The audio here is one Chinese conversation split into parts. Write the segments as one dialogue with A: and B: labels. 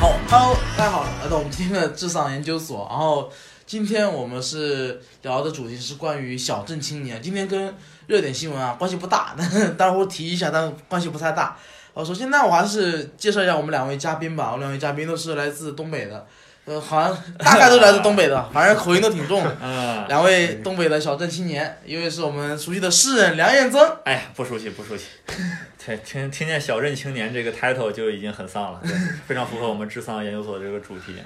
A: Hello，大家好，来到我们今天的智丧研究所。然后今天我们是聊的主题是关于小镇青年，今天跟热点新闻啊关系不大，但是待会儿提一下，但关系不太大。 好，首先呢，我还是介绍一下我们两位嘉宾吧。我两位嘉宾都是来自东北的，呃，好像大概都来自东北的，反正口音都挺重。
B: 嗯，
A: 两位东北的小镇青年，一位是我们熟悉的诗人梁彦增，
B: 哎呀，不熟悉，不熟悉。听听听见“小镇青年”这个 title 就已经很丧了，对，非常符合我们智丧研究所这个主题啊。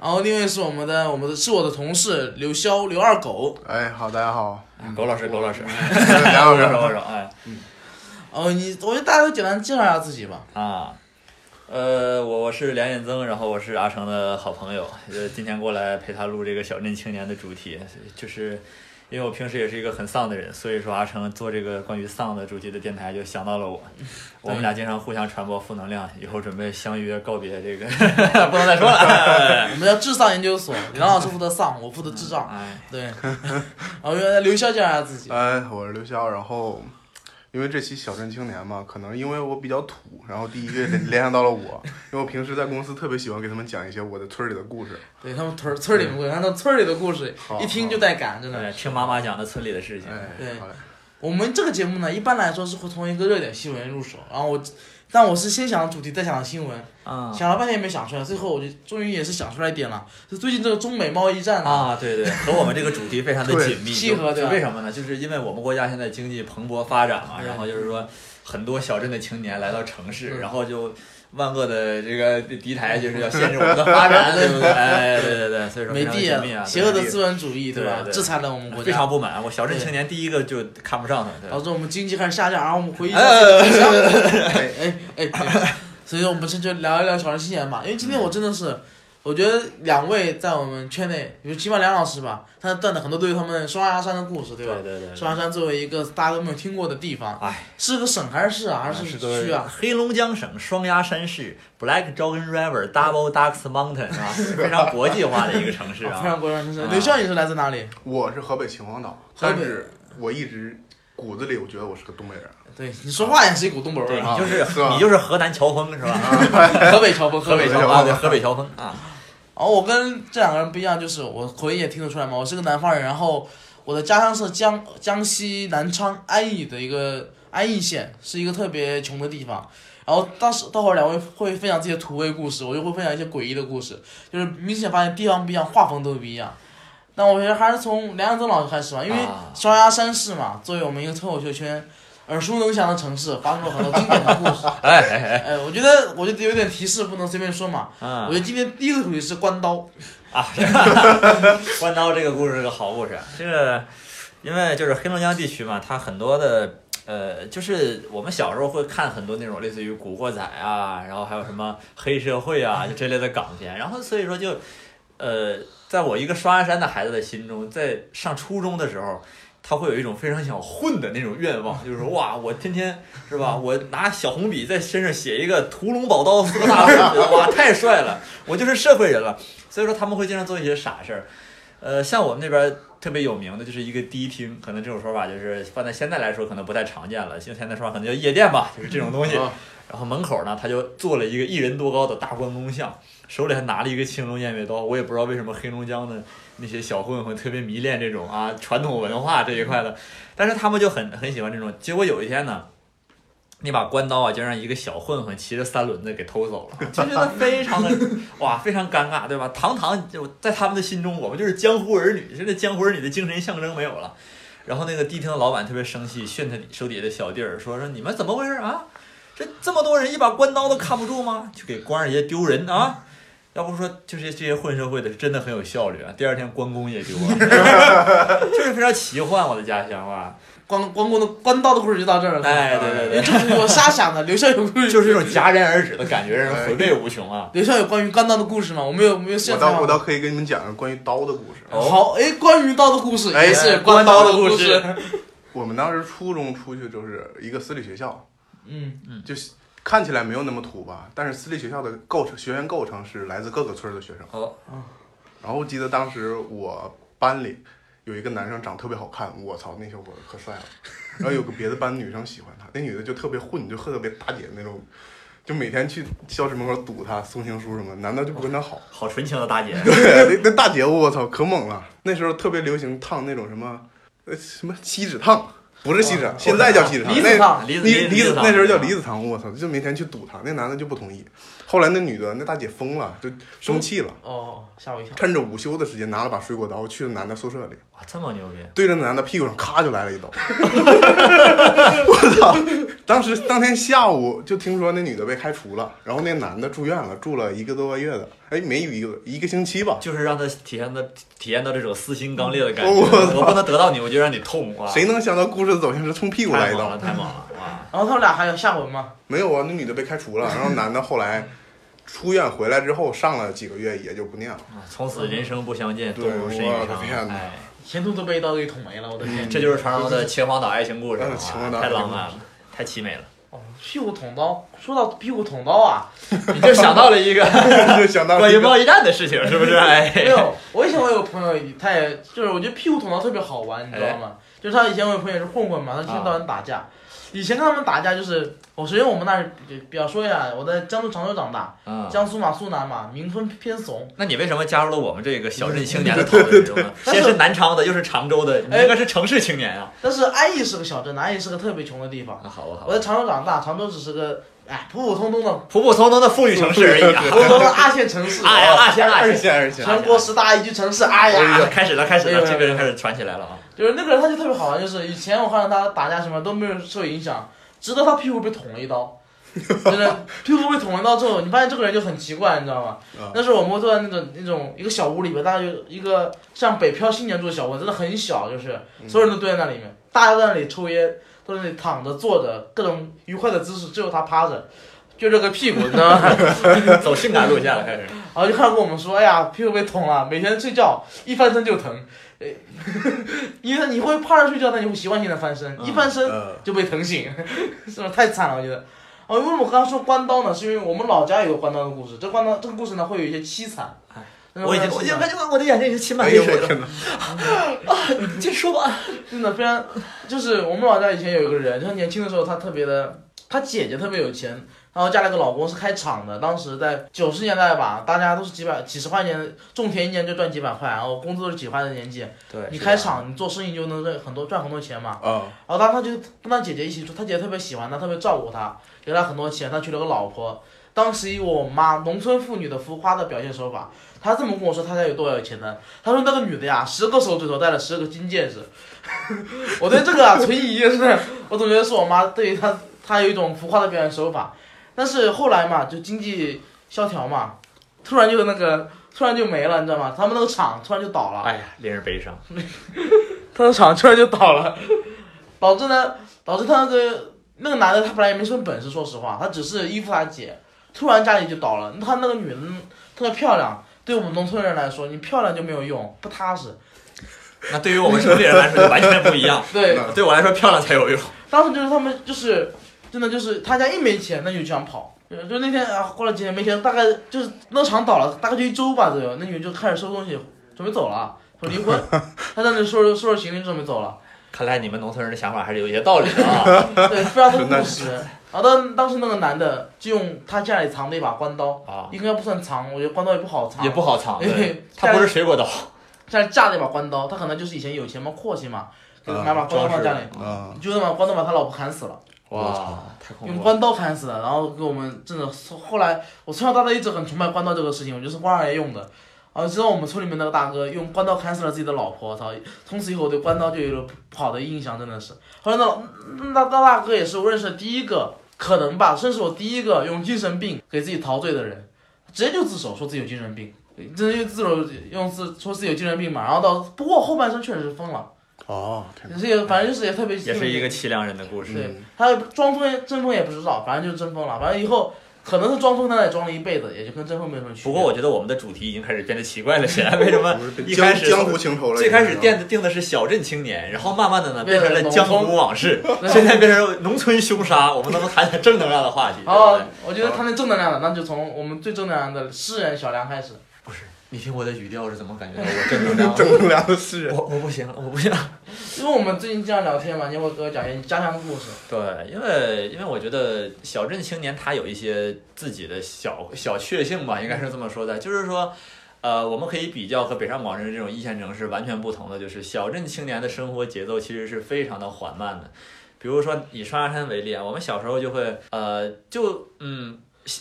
A: 然后另一位是我们的我们的是我的同事刘潇刘二狗。
C: 哎，好，大 家好，
B: 啊
C: 哎
B: 狗老师，狗老师，
C: 梁
B: 狗
C: 老
B: 老师，狗
C: 师，
B: 老师，哎
A: 哦，你我觉得大家都简单介绍一下自己吧。
B: 啊，呃，我我是梁彦增，然后我是阿成的好朋友，呃，今天过来陪他录这个“小镇青年”的主题，就是。因为我平时也是一个很丧的人，所以说阿成做这个关于丧的主题的电台就想到了我，我们俩经常互相传播负能量，以后准备相约告别这个， 不能再说了。哎
A: 我们叫智丧研究所，梁老师负责丧，我负责智障。
B: 哎，
A: 对， 然后原来刘潇介绍一下自己，
C: 哎，我是刘潇。然后，因为这期小镇青年嘛，可能因为我比较土，然后第一个联联想到了 我，因为我平时在公司特别喜欢给他们讲一些我的村儿里的故事。
A: 对他们村村里的故事，他们村里的故事
C: 好
A: 一听就带感，真的。
B: 对，听妈妈讲的村里的事情。
A: 对
C: 哎，好嘞，
A: 我们这个节目呢，一般来说是会从一个热点新闻入手，然后我，但我是先想主题，再想新闻，
B: 啊
A: 想了半天也没想出来，最后我就终于也是想出来一点了，就最近这个中美贸易战啊，
B: 啊，对对，和我们这个主题非常的紧密，
A: 对契合
B: 就
A: 对吧
B: 就为什么呢？就是因为我们国家现在经济蓬勃发展嘛，然后就是说很多小镇的青年来到城市，
A: 嗯
B: 然后就万恶的这个敌台就是要限制我们的发 展，对不对？哎，对对对，所以说
A: 美
B: 非常
A: 帝
B: 紧密啊，
A: 邪恶的
B: 对
A: 资本主义，
B: 对
A: 吧？
B: 对
A: 制裁了我们国
B: 非
A: 家，
B: 常不满，我小镇青年第一个就看不上他，对
A: 导致我们经济开始下降，然后我们回忆一下
B: 哎
A: 哎哎哎哎，所以说我们先就聊一聊小镇青年吧，因为今天我真的是，我觉得两位在我们圈内，比如起码梁老师吧，他断了很多对于他们双鸭山的故事，对吧？
B: 对对对。
A: 双鸭山作为一个大家都没有听过的地方，
B: 哎，
A: 是个省还是市啊？还是区啊？
B: 黑龙江省双鸭山市 Black Dragon River Double Ducks Mountain 啊，非常国际化的一个城市
A: 啊
B: 啊
A: 非。常关注。
B: 啊
A: 刘笑，你是来自哪里？
C: 我是河北秦皇岛，
A: 河北
C: 但是我一直骨子里我觉得我是个东北人。
A: 对，你说话也是一股东北味
B: 对
A: 儿
B: 你
A: 啊，
B: 就是
C: 是吧
B: 你就是河南乔峰是吧？
A: 河北潮风，河
B: 河
A: 北
B: 北
A: 潮风。
B: 乔峰啊，对，河北乔峰啊，
A: 然后哦我跟这两个人不一样，就是我口音也听得出来嘛，我是个南方人，然后我的家乡是江江西南昌安义的一个安义县，是一个特别穷的地方。然后当时待会儿两位会分享自己的土味故事，我就会分享一些诡异的故事，就是明显发现地方不一样，画风都不一样。那我觉得还是从梁耀增老师开始吧，因为
B: 啊
A: 双鸭山市嘛，作为我们一个脱口秀圈耳熟能详的城市，发生了很多经典的故事。
B: 哎哎
A: 哎，我觉得我就有点提示，不能随便说嘛。
B: 哎，
A: 我
B: 啊
A: 觉得今天第一个主题是关刀。
B: 啊， 关刀这个故事是个好故事，啊这个因为就是黑龙江地区嘛，它很多的。呃，就是我们小时候会看很多那种类似于《古惑仔》啊，然后还有什么黑社会啊，就这类的港片。然后所以说就，呃，在我一个双鸭山的孩子的心中，在上初中的时候，他会有一种非常想混的那种愿望，就是说哇，我天天是吧，我拿小红笔在身上写一个“屠龙宝刀”四个大字，哇，太帅了，我就是社会人了。所以说他们会经常做一些傻事儿。呃，像我们那边儿特别有名的就是一个迪厅，可能这种说法就是放在现在来说可能不太常见了，像现在说法可能叫夜店吧，就是这种东西。
C: 啊
B: 然后门口呢，他就做了一个一人多高的大关公像，手里还拿了一个青龙偃月刀。我也不知道为什么黑龙江的那些小混混特别迷恋这种啊传统文化这一块的，但是他们就很很喜欢这种。结果有一天呢。那把关刀啊，就让一个小混混骑着三轮子给偷走了，就觉得非常的哇，非常尴尬，对吧？堂堂就在他们的心中，我们就是江湖儿女，现在江湖儿女的精神象征没有了。然后那个迪厅的老板特别生气，训他手底下的小弟儿说：“说你们怎么回事啊？这这么多人一把关刀都看不住吗？就给关二爷丢人啊！要不说就是这些混社会的是真的很有效率啊。第二天关公也丢了， 就是非常奇幻我的家乡啊，
A: 关关公的关刀的故事就到这儿了。
B: 哎，对对对，
A: 这是我瞎想的。刘校有故事，
B: 就是这种戛然而止的感觉，让人回味无穷啊。
A: 刘校有关于关刀的故事吗？我没有没有
C: 我
A: 现
C: 倒
A: 场。
C: 我倒可以给你们讲个关于刀的故事。
B: 哦
A: 好，哎，关于刀的故事
C: 哎
A: 也是
B: 关
A: 刀
B: 刀
A: 的
B: 的故
A: 事
B: 事。
C: 我们当时初中出去就是一个私立学校，
A: 嗯，
C: 就是看起来没有那么土吧，但是私立学校的构成学员构成是来自各个村儿的学生。
B: 哦，
C: 然后我记得当时我班里有一个男生长得特别好看，我操，那小伙子可帅了。然后有个别的班女生喜欢他，那女的就特别混，就特别大姐那种，就每天去教室门口堵他送情书什么的，难道就不跟他好？
B: 好纯情的大姐，
C: 对，那那大姐我操可猛了，那时候特别流行烫那种什么，呃什么锡纸烫，不是锡纸烫，现在叫锡纸烫，
A: 离
C: 那
A: 子烫，
B: 离子啊
C: 离离
B: 子
C: 子那时候叫离子堂，我操，就每天去堵他，那男的就不同意。后来那女的那大姐疯了，就生气了，
A: 哦，吓我一跳。
C: 趁着午休的时间拿了把水果刀去了男的宿舍里，
B: 哇，这么牛逼！
C: 对着男的屁股上咔就来了一刀。 我操！当时当天下午就听说那女的被开除了，然后那男的住院了，住了一个多个月的，哎，没一个一个星期吧。
B: 就是让他体验到体验到这种撕心刚裂的感觉，
C: 我操
B: 我不能得到你，我就让你痛哇！
C: 谁能想到故事的走向是冲屁股来
B: 太
C: 一
B: 猛
C: 刀
B: 了，？太猛了哇！
A: 然后他们俩还有下文吗？
C: 没有啊，那女的被开除了，然后男的后来出院回来之后上了几个月，也就不念了。
B: 啊从此人生不相见，
C: 对
B: 动如身
C: 我
B: 与
C: 的天
B: 伤。
C: 哪
B: 哎，
A: 前途都被一刀给捅没了，我的天！
B: 这就是传说的秦皇岛爱情故事，
C: 嗯
B: 哇
C: 秦皇岛爱
B: 太
C: 情
B: 浪
C: 故
B: 漫了，太凄美了。
A: 哦，屁股捅刀，说到屁股捅刀啊，
B: 你就想到了一 个
C: 就想到了
B: 关于
C: 一个
B: 贸易战的事情，是不是？
A: 没
B: 哎，
A: 有，我以前我有个朋友，他也就是我觉得屁股捅刀特别好玩，你知道吗？就是他以前我有朋友也是混混嘛，他一天到晚打架。以前跟他们打架就是，我首先我们那儿比比较说一下，我在江苏常州长大，
B: 嗯，
A: 江苏嘛苏南嘛，民风偏怂。
B: 那你为什么加入了我们这个小镇青年的讨论中呢？
A: 但是
B: 先是南昌的，又是常州的，你
A: 哎
B: 应该是城市青年啊！
A: 但是安义是个小镇，安义是个特别穷的地方。
B: 啊，好吧，好
A: 我
B: 吧，
A: 在常州长大，常州只是个哎普普通通的
B: 普普通通的妇女城市而已啊！
A: 普通通的二线城市，
B: 哎呀，二线二
C: 二
B: 线，
C: 线二线，
A: 全国十大宜居城市。哎
B: 哎呀
A: 呀，
B: 开始了，开始了，
A: 哎呀
B: 这个人开始传起来了啊！
A: 就是那个人他就特别好玩，就是以前我看到他打架什么都没有受影响，直到他屁股被捅了一刀。真的，屁股被捅了一刀之后，你发现这个人就很奇怪，你知道吗？
C: 啊
A: 那时候我们坐在那种那种一个小屋里边，大概有一个像北漂青年住的小屋，真的很小，就是所有人都蹲在那里面，大家都在那里抽烟，都在那里躺着坐着，各种愉快的姿势，只有他趴着，撅着个屁股，你知道吗？
B: 走性感路线了，开始。
A: 然后就开始跟我们说，哎呀，屁股被捅了，每天睡觉一翻身就疼， 哎，因为你会趴着睡觉，但你会习惯性的翻身，
B: 嗯
A: 一翻身
C: 呃，
A: 就被疼醒， 是吧？太惨了，我觉得。哦，为什么我刚刚说关刀呢？是因为我们老家有个关刀的故事，这关刀这个故事呢会有一些凄惨
B: 哎。
A: 真的
B: 我已
A: 非
B: 经，
A: 常
B: 我
A: 凄
B: 已
A: 惨
B: 经，我的眼睛已经噙满
C: 哎
B: 泪
C: 呦
B: 水
C: 我
B: 了。啊
C: 天哪！
B: 你接着说吧。
A: 真的非常，就是我们老家以前有一个人，他年轻的时候他特别的，他姐姐特别有钱，然后嫁了个老公是开厂的，当时在九十年代吧，大家都是几百几十块钱，种田一年就赚几百块，然后工资都是几块的年纪，
B: 对
A: 你开厂你做生意就能赚很多赚很多钱嘛。
C: 啊，
A: 然后当时他就跟他姐姐一起住，他姐姐特别喜欢他，特别照顾他，给他很多钱，他娶了个老婆。当时以我妈农村妇女的浮夸的表现手法，她这么跟我说她家有多少钱呢？她说那个女的呀，十个手指头戴了十个金戒指。 我对这个啊存疑，是我总觉得是我妈对于她她有一种浮夸的表现手法。但是后来嘛，就经济萧条嘛，突然就那个突然就没了，你知道吗？他们那个厂突然就倒了。
B: 哎呀，令人悲伤。
A: 他的厂突然就倒 了，导致呢，导致他那个那个男的他本来也没什么本事，说实话，他只是依附他姐，突然家里就倒了。那他那个女的特别漂亮，对我们农村人来说，你漂亮就没有用，不踏实。
B: 那对于我们城里人来说就完全不一 样。
A: 对，
C: 那
B: 对我来说，漂亮才有用。
A: 当时就是他们就是真的就是他家一没钱，那就想跑。就就那天啊，过了几天没钱，大概就是那厂倒了，大概就一周吧左右，那女的就开始收东西，准备走了，啊说离 婚。他在那收拾收拾行李，准备走了。
B: 看来你们农村人的想法还是有一些道理的 啊。
A: 对，非常的故事。然后当当时那个男的就用他家里藏的一把关刀，
B: 啊，
A: 应该不算藏，我觉得关刀也不好藏，
B: 也不好藏。对
A: 对，
B: 它不是水果刀，
A: 家里架了一把关刀，他可能就是以前有钱嘛，阔气嘛，就买把关刀
B: 啊装
A: 放
B: 饰
A: 家里，
B: 的。
C: 啊，
A: 就那把关刀把他老婆砍死了，
B: 哇，太恐
A: 用
B: 怖了。
A: 关刀砍死了，然后给我们真的，后来我从小到大一直很崇拜关刀这个事情，我就是关二爷用的。然后知道我们村里面那个大哥用关刀砍死了自己的老婆，我操！从此以后我对关刀就有了不好的印象，真的是。后来那老那那大哥也是我认识的第一个，可能吧，甚至我第一个用精神病给自己陶醉的人，直接就自首说自己有精神病，真的就自首用自说自己有精神病嘛。然后到不过后半生确实是疯了，
C: 哦，天哪
A: 也是也反正就是也特别
B: 也是一个凄凉人的故事。
A: 对，他装疯争锋也不知道，反正就是争锋了。反正以后可能是装疯，他也装了一辈子，也就跟争锋没什么区别。
B: 不过我觉得我们的主题已经开始变得奇怪了起来。为什么一
C: 江
B: 开始
C: 江湖情仇了，
B: 最开始
C: 电
B: 定的定的是小镇青年，然后慢慢的呢
A: 变
B: 变
A: 成
B: 成了江湖往事，
A: 对
B: 现在变成农村凶杀。我们能不能谈谈正能量的话题？对不
A: 哦
B: 对，
A: 我觉得他那正能量的，那就从我们最正能量的诗人小梁开始。
B: 不是你听我的语调是怎么感觉到我正能 量
C: 正能量的世人。
B: 我我不行，我不行。
A: 因为我们最近这样聊天嘛，你也会给我讲一些家乡故事。
B: 对，因为因为我觉得小镇青年他有一些自己的小小确幸吧，应该是这么说的，就是说。呃，我们可以比较和北上广深这种一线城市完全不同的，就是小镇青年的生活节奏其实是非常的缓慢的。比如说以双鸭山为例啊，我们小时候就会，呃，就嗯，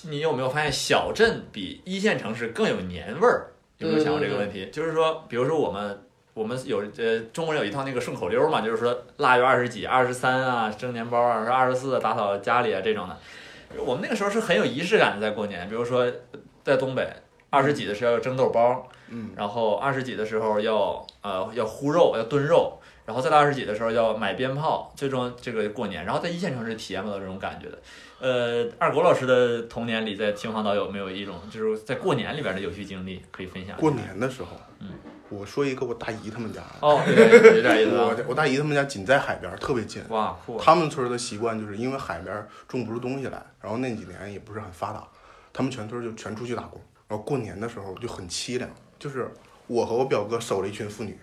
B: 你有没有发现小镇比一线城市更有年味儿？有没有想过这个问题？就是说，比如说我们我们有呃中国人有一套那个顺口溜嘛，就是说腊月二十几、二十三啊，蒸年包啊，说二十四打扫家里啊这种的。我们那个时候是很有仪式感的，在过年，比如说在东北。二十几的时候要蒸豆包，
C: 嗯，
B: 然后二十几的时候要呃要烀肉，要炖肉，然后再到二十几的时候要买鞭炮，最终这个过年，然后在一线城市体验不到这种感觉的。呃，二狗老师的童年里，在秦皇岛有没有一种就是在过年里边的有趣经历可以分享？
C: 过年的时候，
B: 嗯，
C: 我说一个我大姨他们家，
B: 哦，有点 有点意思啊！
C: 我我大姨他们家紧在海边，特别近。
B: 哇，酷啊！
C: 他们村儿的习惯就是因为海边种不出东西来，然后那几年也不是很发达，他们全村儿就全出去打工，然后过年的时候就很凄凉，就是我和我表哥守了一群妇女，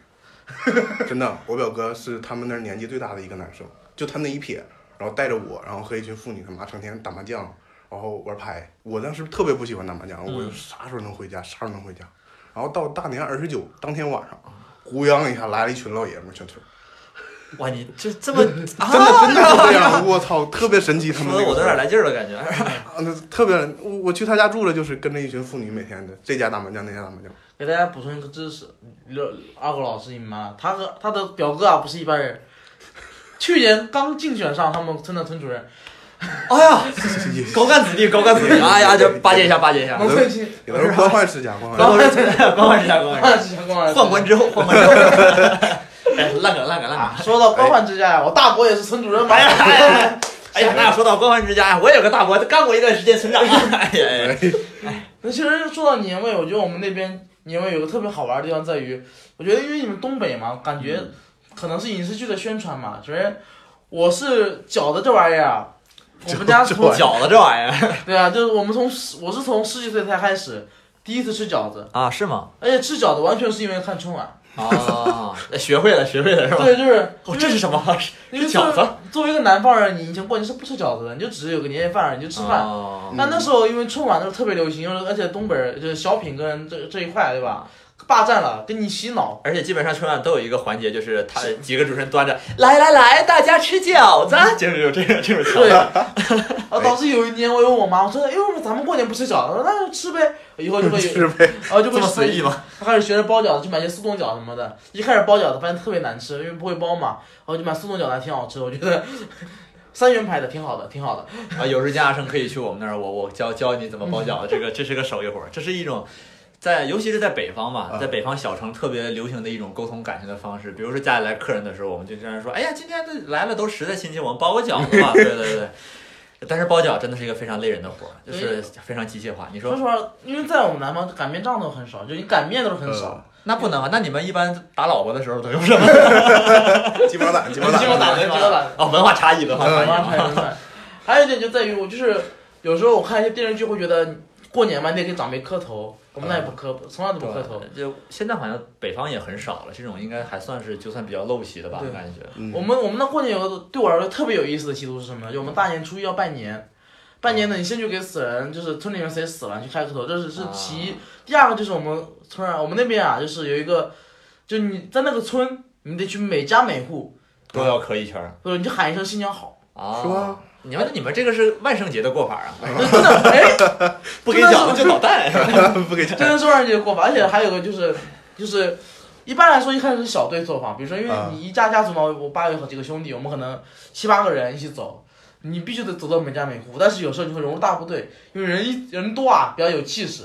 C: 真的，我表哥是他们那儿年纪最大的一个男生，就他那一撇，然后带着我，然后和一群妇女他妈成天打麻将，然后玩牌，我当时特别不喜欢打麻将，我就啥时候能回家啥时候能回家，然后到大年二十九当天晚上，呼泱一下来了一群老爷们儿全村儿。
B: 哇，你这这么啊，
C: 真的真的是这样，我操，特别神奇。他
B: 说
C: 们
B: 的
C: 那个
B: 我都有点来劲儿了， 感觉。
C: 啊，那特别，我我去他家住了，就是跟着一群妇女，每天的这家打麻将，那家打麻将。
A: 给大家补充一个知识，刘二狗老师你妈，他和他的表哥啊不是一般人，去年刚竞选上他们村的村主任，
B: 哎呀，高干子弟，高干子弟！哎呀，这巴结一下，巴结一下。
A: 农村青，
C: 有的时候官宦世家，官
B: 高
C: 宦
B: 官之 下，高官之下，高 官之下。
A: 换之官
B: 宦官之后， 宦官之后。哎，烂梗，烂梗，烂梗。
A: 说到官宦之家呀，我大伯也是村主任嘛。
B: 哎哎呀，哎呀，哎呀，那说到官宦之家， 我也有个大伯，干过一段时间 村长。哎呀，
C: 世家。
A: 那其实说到年味，我觉得我们那边年味有个特别好玩的地方在于，我觉得因为你们东北嘛，感觉
B: 嗯
A: 可能是影视剧的宣传嘛，觉得我是饺子这玩意儿啊，我们家
C: 饺
A: 从
B: 饺子这玩意儿
A: 对啊，就是我们从十我是从十几岁才开始第一次吃饺子，
B: 啊，是吗？
A: 而且吃饺子完全是因为看春晚，
B: 啊，学会了，学会了是吧？
A: 对，就是
B: 哦，这是什么？
A: 因为
B: 是饺子
A: 作为。作为一个南方人，你以前过年是不吃饺子的，你就只是有个年夜饭，你就吃饭。
B: 哦
A: 但那时候因为春晚那时候特别流行，因为而且东北人就是小品跟这这一块对吧，霸占了，给你洗脑。
B: 而且基本上春晚都有一个环节，就是嗯他几个主持人端着来来来，大家吃饺子，就是有这个这种桥
A: 对， 啊，导致有一年我问我妈，我说，哎呦，咱们过年不吃饺子，那就吃呗，以后就会有，
C: 是呗，
A: 然后就
B: 这
A: 会
B: 么随意吗？
A: 她开始学着包饺子，去买些速冻饺什么的。一开始包饺子发现特别难吃，因为不会包嘛，然后就买速冻饺子，挺好吃，我觉得三元牌的挺好的，挺好的。
B: 啊，有时家长可以去我们那儿，我我教教你怎么包饺子，这个这是个手艺活儿，这是一种。在，尤其是在北方嘛，
C: 嗯
B: 在北方小城特别流行的一种沟通感情的方式。比如说家里来客人的时候，我们就这样说：“哎呀，今天这来了都实在亲戚，我们包个饺子 吧。”对对对对。但是包饺真的是一个非常累人的活儿，就是非常机械化。你
A: 说
B: 说
A: 实话，因为在我们南方擀面杖都很少，就你擀面都是很少。
B: 那不能啊？那你们一般打老婆的时候都用什么？
C: 呃鸡毛掸，鸡毛掸，
A: 鸡毛掸
B: 对吧？哦，文化差异，文化
A: 南
B: 差异。
A: 方才能买还有一点就在于我就是有时候我看一些电视剧会觉得过年嘛，你得给长辈磕头，我们那也不磕，从来都不磕头。
B: 嗯对，就现在好像北方也很少了，这种应该还算是就算比较陋习的吧，
A: 对
B: 感觉。
C: 嗯
A: 我们我们那过年有个对我来说特别有意思的习俗是什么呢？就我们大年初一要拜年，拜年呢你先去给死人，就是村里面谁死了你去开个头，这是是其一。第二个就是我们村儿啊，我们那边啊，就是有一个，就你在那个村，你得去每家每户，
B: 都要磕一圈儿
A: 或者你就喊一声新年好，
B: 啊。
C: 是吗？
B: 你们你们这个是万圣节的过法啊，
A: 真的哎，
B: 不给饺子就捣蛋。
C: 不给 钱。
A: 真的是让人节过法，而且还有个就是就是。一般来说，一开始是小队做法，比如说，因为
C: 啊
A: 你一家家族嘛，我爸有好几个兄弟，我们可能七八个人一起走，你必须得走到每家每户。但是有时候你会融入大部队，因为人一人多啊，比较有气势。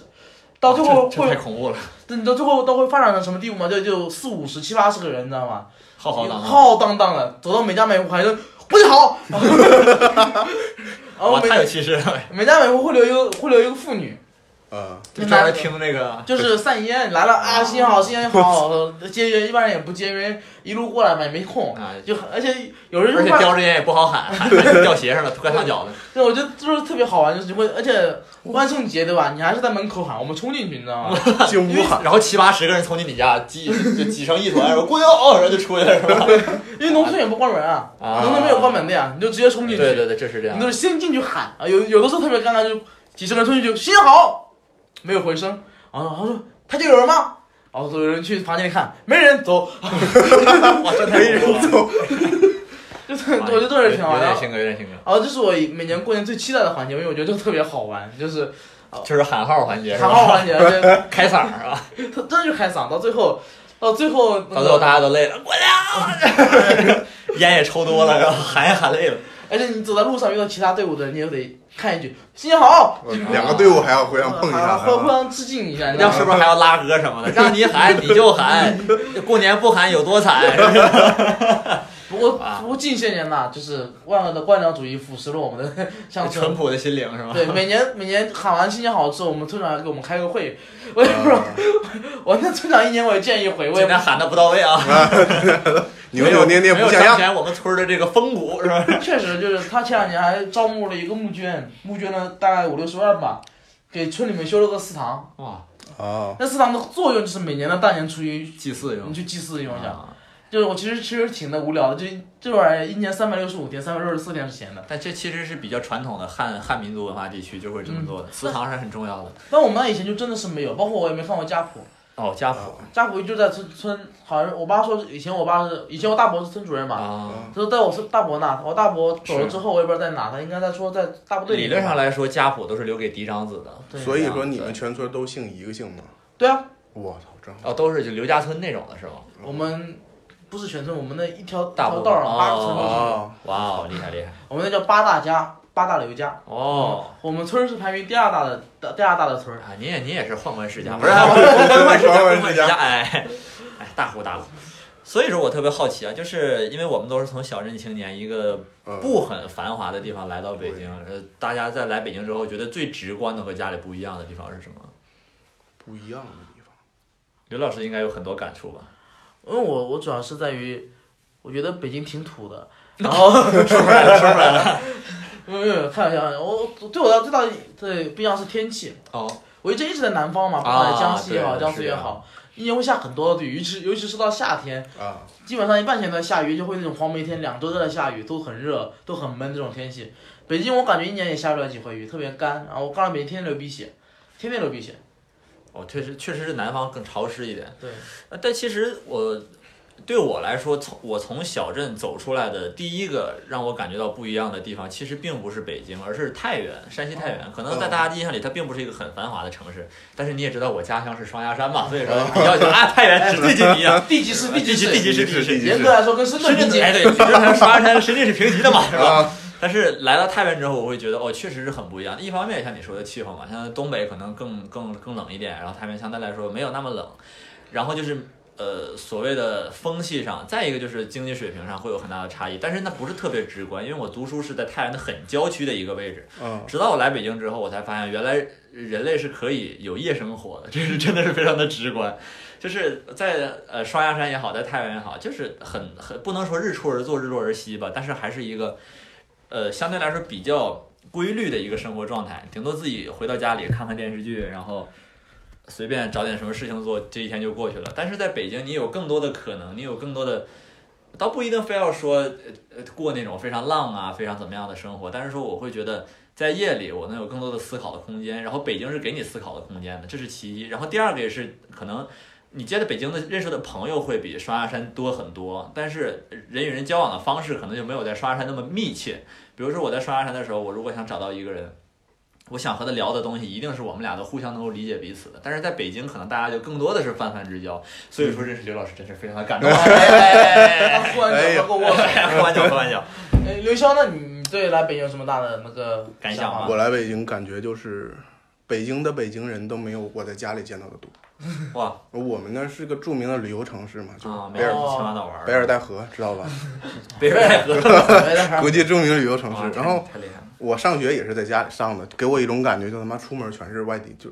A: 到最后
B: 哦这这太
A: 会，
B: 恐怖了，
A: 对你到最后都会发展到什么地步嘛？就就四五十、七八十个人，你知道吗？
B: 浩浩荡荡。
A: 浩荡荡的，走到每家每户还是我你好，然后 然后
B: 哇，
A: 每
B: 太有气势了！
A: 每家每户会留一个会留一个妇女，
C: 呃，
B: 就专门听那个，
A: 就是散烟来了啊，新年好，新年 好，节约一般人也不节约，一路过来嘛也没空，
B: 啊，
A: 就而且有人
B: 而
A: 就
B: 且
A: 会
B: 叼着烟也不好喊，喊出来就掉鞋上了，快烫脚了。
A: 对，我觉得就是特别好玩，就是会，而且万圣节对吧？你还是在门口喊，我们冲进去，你知道
B: 啊
A: 吗？
C: 进屋啊喊，
B: 然后七八十个人冲进你家，挤就挤成一团，然后过腰，然后就出去了，是吧？
A: 因为农村也不关门啊，
B: 啊
A: 农村没有关门的呀，你就直接冲进
B: 对
A: 去，
B: 对对，这是这样
A: 你。都是先进去喊啊，有有的时候特别尴尬，就几十个人冲进去就新年好，没有回声，然后他说他就有人吗？然后有人去房间里看，没人，走，
B: 哇，这太恐怖了
A: 就是我觉得这也挺好
B: 有
A: 玩的
B: 点。性格，有点性格，
A: 然后哦这是我每年过年最期待的环节，因为我觉得这个特别好玩，就是
B: 就是喊号环节，是
A: 喊
B: 吧？
A: 号环 节，而且
B: 开嗓儿啊，
A: 他真的就开嗓，到最后，到最后那个
B: 到最后大家都累了，过来， 烟也抽多了，然后喊也喊累了。
A: 而且你走在路上遇到其他队伍的人，你也得看一句“新年好
C: 呃两个队伍还要互相碰一下，
A: 互 互相致敬一下，你知
B: 要
A: 道
B: 是
A: 吗？
B: 不是还要拉歌什么的？让你 喊你就喊，过年不喊有多惨？ 是不是
A: 不过
B: 啊
A: 不过近些年呐，就是万恶的官僚主义腐蚀了我们的 乡
B: 淳
A: 村。
B: 朴的心灵是吧？
A: 对，每年每年喊完新年好之后，我们村长还给我们开个会。我也
B: 啊
A: 不知道，
C: 呃
A: 我那村长一年我也见一回，我也
B: 今
A: 不
B: 天喊的不到位啊，
C: 扭扭捏捏
B: 没
C: 不
B: 有
C: 像
B: 彰
C: 样，
B: 显我们村儿的这个风骨是吧？
A: 确实就是他前两年还招募了一个募捐，募捐了大概五六十万吧，给村里面修了个祠堂。
B: 哇，
C: 啊，
A: 那祠堂的作用就是每年的大年初一，
B: 祭祀用
A: 你。去祭祀用一下。
B: 嗯啊
A: 就是我其实其实挺那无聊的，就这玩意儿一年三百六十五天，三百六十四天是闲的。
B: 但这其实是比较传统的汉汉民族文化地区就会这么做的，祠堂是很重要的。
A: 但我们那以前就真的是没有，包括我也没看过家谱。
B: 哦，家谱
A: 家谱就在村村，好像我爸说以前我爸是以前我大伯是村主任嘛，
B: 啊，
C: 哦
A: 他说在我村大伯那，我大伯走了之后我也不知道在哪，他应该在说在大部队里
B: 理论上来说，家谱都是留给嫡长子的。
A: 对
C: 所以说你们全村都姓一个姓吗？
A: 对啊，
C: 我操，真好，
B: 哦，都是就刘家村那种的是吗？
A: 我们不是全村，我们那一条
B: 大部
A: 条
B: 分
A: 道儿上八个村都是，
C: 啊，
B: 哇哦，厉害厉害！
A: 我们那叫八大家，八大刘家。
B: 哦，
A: 我们村儿是排名第二大的第二大的村儿，
B: 啊，你也你也是宦官世家，
C: 嗯
B: 不是啊官官世家，
C: 宦官
B: 官世家，
C: 世家
B: 哎哎，大户大户。所以说我特别好奇啊，就是因为我们都是从小镇青年一个
C: 嗯，
B: 不很繁华的地方来到北京，呃，大家在来北京之后，觉得最直观的和家里不一样的地方是什么？
C: 不一样的地方，
B: 刘老师应该有很多感触吧？
A: 因为我我主要是在于，我觉得北京挺土 的，然后说出来了，说出来了。没有没有，开玩笑，我对我的最大的不一样是天气。
B: 哦，
A: 我一直一直在南方嘛，不
B: 啊
A: 管是江西也好，
B: 对
A: 江苏
B: 是
A: 也
B: 啊
A: 好，一年会下很多的雨，尤其尤其是到夏天，
C: 啊，
A: 基本上一半天都在下雨，就会那种黄梅天，两周都在下雨，都很热，都很闷这种天气。北京我感觉一年也下不了几回雨，特别干，然后我刚来北京天天流鼻血，天天流鼻血。
B: 哦，确实确实是南方更潮湿一点。
A: 对，
B: 呃但其实我对我来说，从我从小镇走出来的第一个让我感觉到不一样的地方，其实并不是北京，而是太原，山西太
A: 哦
B: 原。可能在大家的印象里，它并不是一个很繁华的城市。但是你也知道，我家乡是双鸭山嘛，所以
A: 哦
B: 说你要觉得啊，太原是最近 一样。
A: 地级市，地级
B: 地级
A: 市，
B: 市，
C: 地级市
B: 地级市。
A: 严格来说跟深圳
B: 深
A: 比
B: 圳
A: 起来
B: 哎，对，深圳双鸭山，深圳是平级的嘛，是吧？
C: 啊，
B: 但是来到太原之后，我会觉得哦，确实是很不一样。一方面像你说的气候嘛，像东北可能更更更冷一点，然后太原相对来说没有那么冷。然后就是呃所谓的风气上，再一个就是经济水平上会有很大的差异，但是那不是特别直观，因为我读书是在太原的很郊区的一个位置，
C: 嗯，
B: 直到我来北京之后，我才发现原来人类是可以有夜生活的，这是真的是非常的直观。就是在呃双鸭山也好，在太原也好，就是很很不能说日出而作日落而息吧，但是还是一个呃相对来说比较规律的一个生活状态，顶多自己回到家里看看电视剧，然后随便找点什么事情做，这一天就过去了。但是在北京，你有更多的可能，你有更多的，倒不一定非要说呃呃过那种非常浪啊、非常怎么样的生活，但是说我会觉得在夜里我能有更多的思考的空间，然后北京是给你思考的空间的，这是其一。然后第二个也是可能。你接在北京的认识的朋友会比双鸭山多很多，但是人与人交往的方式可能就没有在双鸭山那么密切。比如说我在双鸭山的时候，我如果想找到一个人，我想和他聊的东西，一定是我们俩都互相能够理解彼此的。但是在北京，可能大家就更多的是泛泛之交，所以说认识刘老师真是非常的感动。哎哎哎
A: 他突然间给我
B: 哎 哎开玩笑，开玩笑。
A: 哎，刘潇，那你你对来北京有什么大的那个
B: 感想
A: 想
B: 吗
A: 法
C: 我来北京感觉就是，北京的北京人都没有我在家里见到的多。
B: 哇
C: 我们那是个著名的旅游城市嘛，就
B: 啊，
C: 是
B: 没
C: 北
B: 有
C: 尔
A: 哦
B: 千万岛玩儿，
C: 北尔代河，知道吧？
B: 北尔代河
A: 没了
C: 国际著名旅游城
B: 哇
C: 市。然后
B: 太太厉害了。
C: 我上学也是在家里上的，给我一种感觉，就他妈出门全是外地，就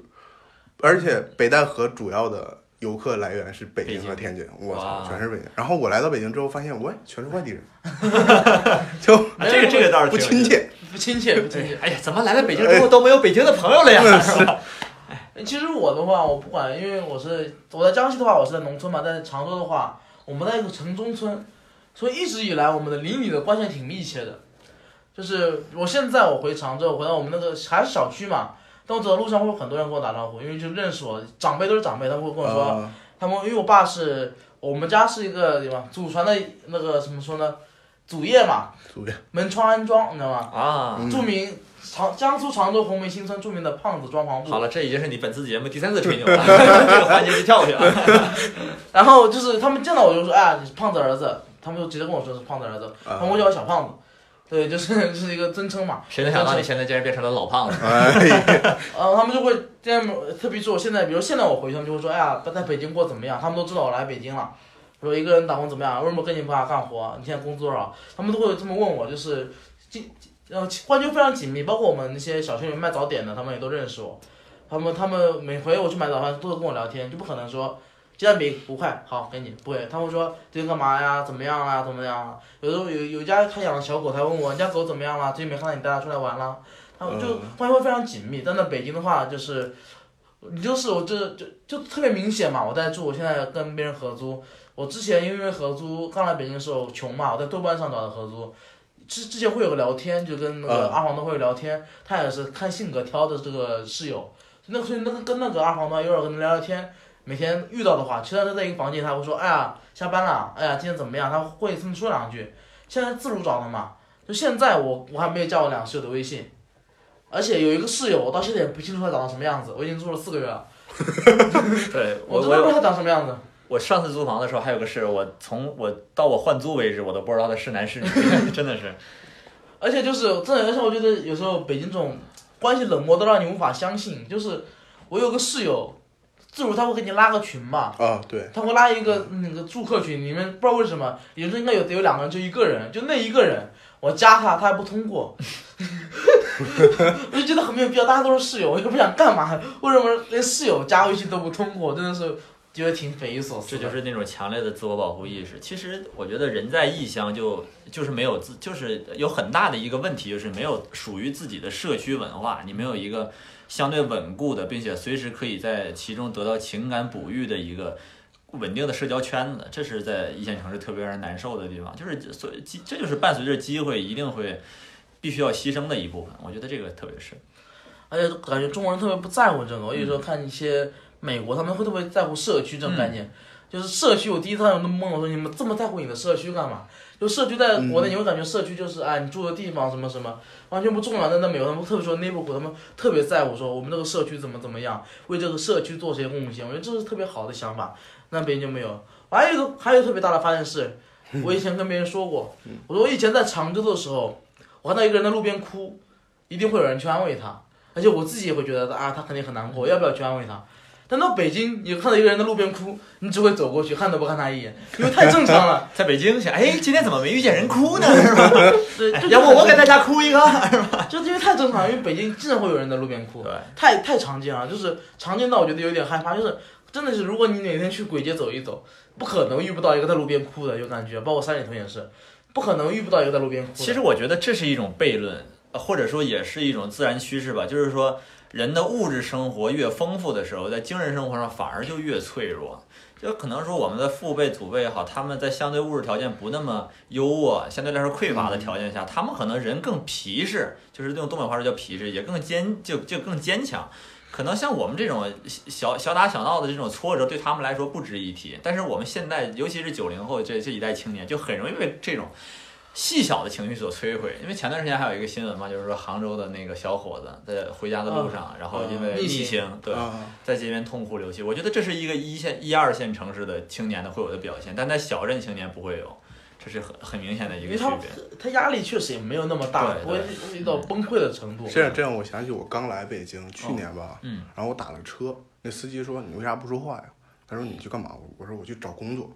C: 而且北戴河主要的游客来源是北京和天津，我操，
B: 哇
C: 全是北京。然后我来到北京之后，发现我全是 外地人，就
B: 啊这个这个倒是
C: 不
B: 挺有
C: 亲
B: 意思
C: 切。
A: 不亲切，不亲切。哎
B: 哎呀，怎么来了北京之后都没有北京的朋友了呀？是吧
A: 其实我的话，我不管，因为我是我在江西的话，我是在农村嘛，但是常州的话，我们在一个城中村，所以一直以来我们的邻里的关系还挺密切的。就是我现在我回常州，回到我们那个还是小区嘛，但我走在路上会有很多人跟我打招呼，因为就认识我，长辈都是长辈，他们会 跟我说，
C: 啊
A: 他们因为我爸是我们家是一个什么祖传的那个怎么说呢，祖业嘛，
C: 祖业
A: 门窗安庄，你知道吗？
B: 啊，
C: 嗯
A: 著名常江苏常州红梅新村著名的胖子装潢部
B: 好。了，这已经是你本次节目第三次吹牛 了，这个环节就跳过去了。
A: 然后就是他们见到我就说，哎呀，你是胖子儿子，他们就直接跟我说是胖子儿子，
C: 啊呃
A: 他们会叫我小胖子，对， 就是就是一个尊称嘛。
B: 谁能想到你现在竟然变成了老胖子？
C: 哎，
A: 呃，他们就会这样，呃特别是我现在，比如现在我回去，他们就会说，哎呀，在北京过得怎么样？他们都知道我来北京了。说一个人打工怎么样？为什么跟你爸干活？你现在工资多少？他们都会这么问我，就是紧呃关系非常紧密，包括我们那些小区里面卖早点的，他们也都认识我。他们他们每回我去买早饭，都会跟我聊天，就不可能说鸡蛋饼五块，好给你，不会，他会说最近干嘛呀？怎么样啊？怎么样啊？有时候有有家他养了小狗，他问我你家狗怎么样了？最近没看到你带它出来玩了。他们就
C: 嗯
A: 关系会非常紧密，但在北京的话就是，你就是我这就就特别明显嘛。我在住，我现在跟别人合租。我之前因为合租刚来北京的时候穷嘛，我在豆瓣上找的合租，之之前会有个聊天，就跟那个
C: 嗯
A: 二房东会有聊天，他也是看性格挑的这个室友，那个所以那个跟那个二房东有点跟他聊聊天，每天遇到的话，虽然他在一个房间，他会说，哎呀下班了，哎呀今天怎么样，他会这么说两句。现在自如找的嘛，就现在我我还没有加我两个室友的微信，而且有一个室友，我到现在也不清楚他长得什么样子，我已经住了四个月了，
B: 对
A: 我
B: 我
A: 都不知道
B: 我
A: 他长什么样子。
B: 我上次租房的时候还有个室友，我从我到我换租为止，我都不知道他是男是女， 真的是。
A: 而且就是真的，而且我觉得有时候北京这种关系冷漠都让你无法相信。就是我有个室友，自如他会给你拉个群嘛，
C: 啊，对，
A: 他会拉一个那个住客群，里面不知道为什么，也是应该有得有两个人，就一个人，就那一个人，我加他，他还不通过， 我就觉得很没有必要，大家都是室友，我也不想干嘛，为什么连室友加微信都不通过，真的是觉得挺匪夷所思
B: 这
A: 的。
B: 就是那种强烈的自我保护意识。其实我觉得人在异乡就就是没有自，就是有很大的一个问题，就是没有属于自己的社区文化，你没有一个相对稳固的，并且随时可以在其中得到情感哺育的一个。稳定的社交圈子，这是在一线城市特别让人难受的地方，就是所以这就是伴随着机会一定会必须要牺牲的一部分。我觉得这个特别是，
A: 而且感觉中国人特别不在乎这个。我有时候看一些美国，他们会特别在乎社区这种概念，就是社区。我第一次看有那么问我说：“你们这么在乎你的社区干嘛？”就社区在国内，你会感觉社区就是哎，你住的地方什么什么完全不重要。但在美国，他们特别说 neighborhood，他们特别在乎说我们这个社区怎么怎么样，为这个社区做些贡献。我觉得这是特别好的想法。那北京就没有。还有一个还有一个特别大的发现是，我以前跟别人说过，我说我以前在常州的时候，我看到一个人在路边哭，一定会有人去安慰他。而且我自己也会觉得啊，他肯定很难过，要不要去安慰他？但到北京，你看到一个人在路边哭，你只会走过去，看都不看他一眼，因为太正常 了。
B: 在北京想，哎，今天怎么没遇见人哭呢？是吧？
A: 对，就
B: 要不我给大家哭一个？
A: 就因为太正常，因为北京经常会有人在路边哭，
B: 对。
A: 太太常见了，就是常见到我觉得有点害怕，就是真的是如果你哪天去鬼街走一走，不可能遇不到一个在路边哭的，有感觉，包括三里屯也是，不可能遇不到一个在路边哭的。
B: 其实我觉得这是一种悖论，呃或者说也是一种自然趋势吧。就是说，人的物质生活越丰富的时候，在精神生活上反而就越脆弱。就可能说我们的父辈、祖辈也好，他们在相对物质条件不那么优渥、相对来说匮乏
A: 嗯
B: 的条件下，他们可能人更皮实，就是用东北话说叫皮实，也更坚，就就更坚强。可能像我们这种小小打小闹的这种挫折，对他们来说不值一提。但是我们现在，尤其是九零后这这一代青年，就很容易被这种细小的情绪所摧毁。因为前段时间还有一个新闻嘛，就是说杭州的那个小伙子在回家的路上，然后因为
A: 嗯逆
B: 疫
A: 行嗯
B: 情，对，
C: 啊，
B: 在街边痛哭流涕。我觉得这是一个一线、一二线城市的青年的会有的表现，但在小镇青年不会有，这是很很明显的一
A: 因
B: 个
A: 为
B: 区
A: 他
B: 别。
A: 他压力确实也没有那么大，
B: 对
A: 不会遇到崩溃的程度。
C: 这啊样这样，我想起我刚来北京去年吧，
B: 嗯，
C: 然后我打了车，那司机说你为啥不说话呀？他说你去干嘛？我说我去找工作。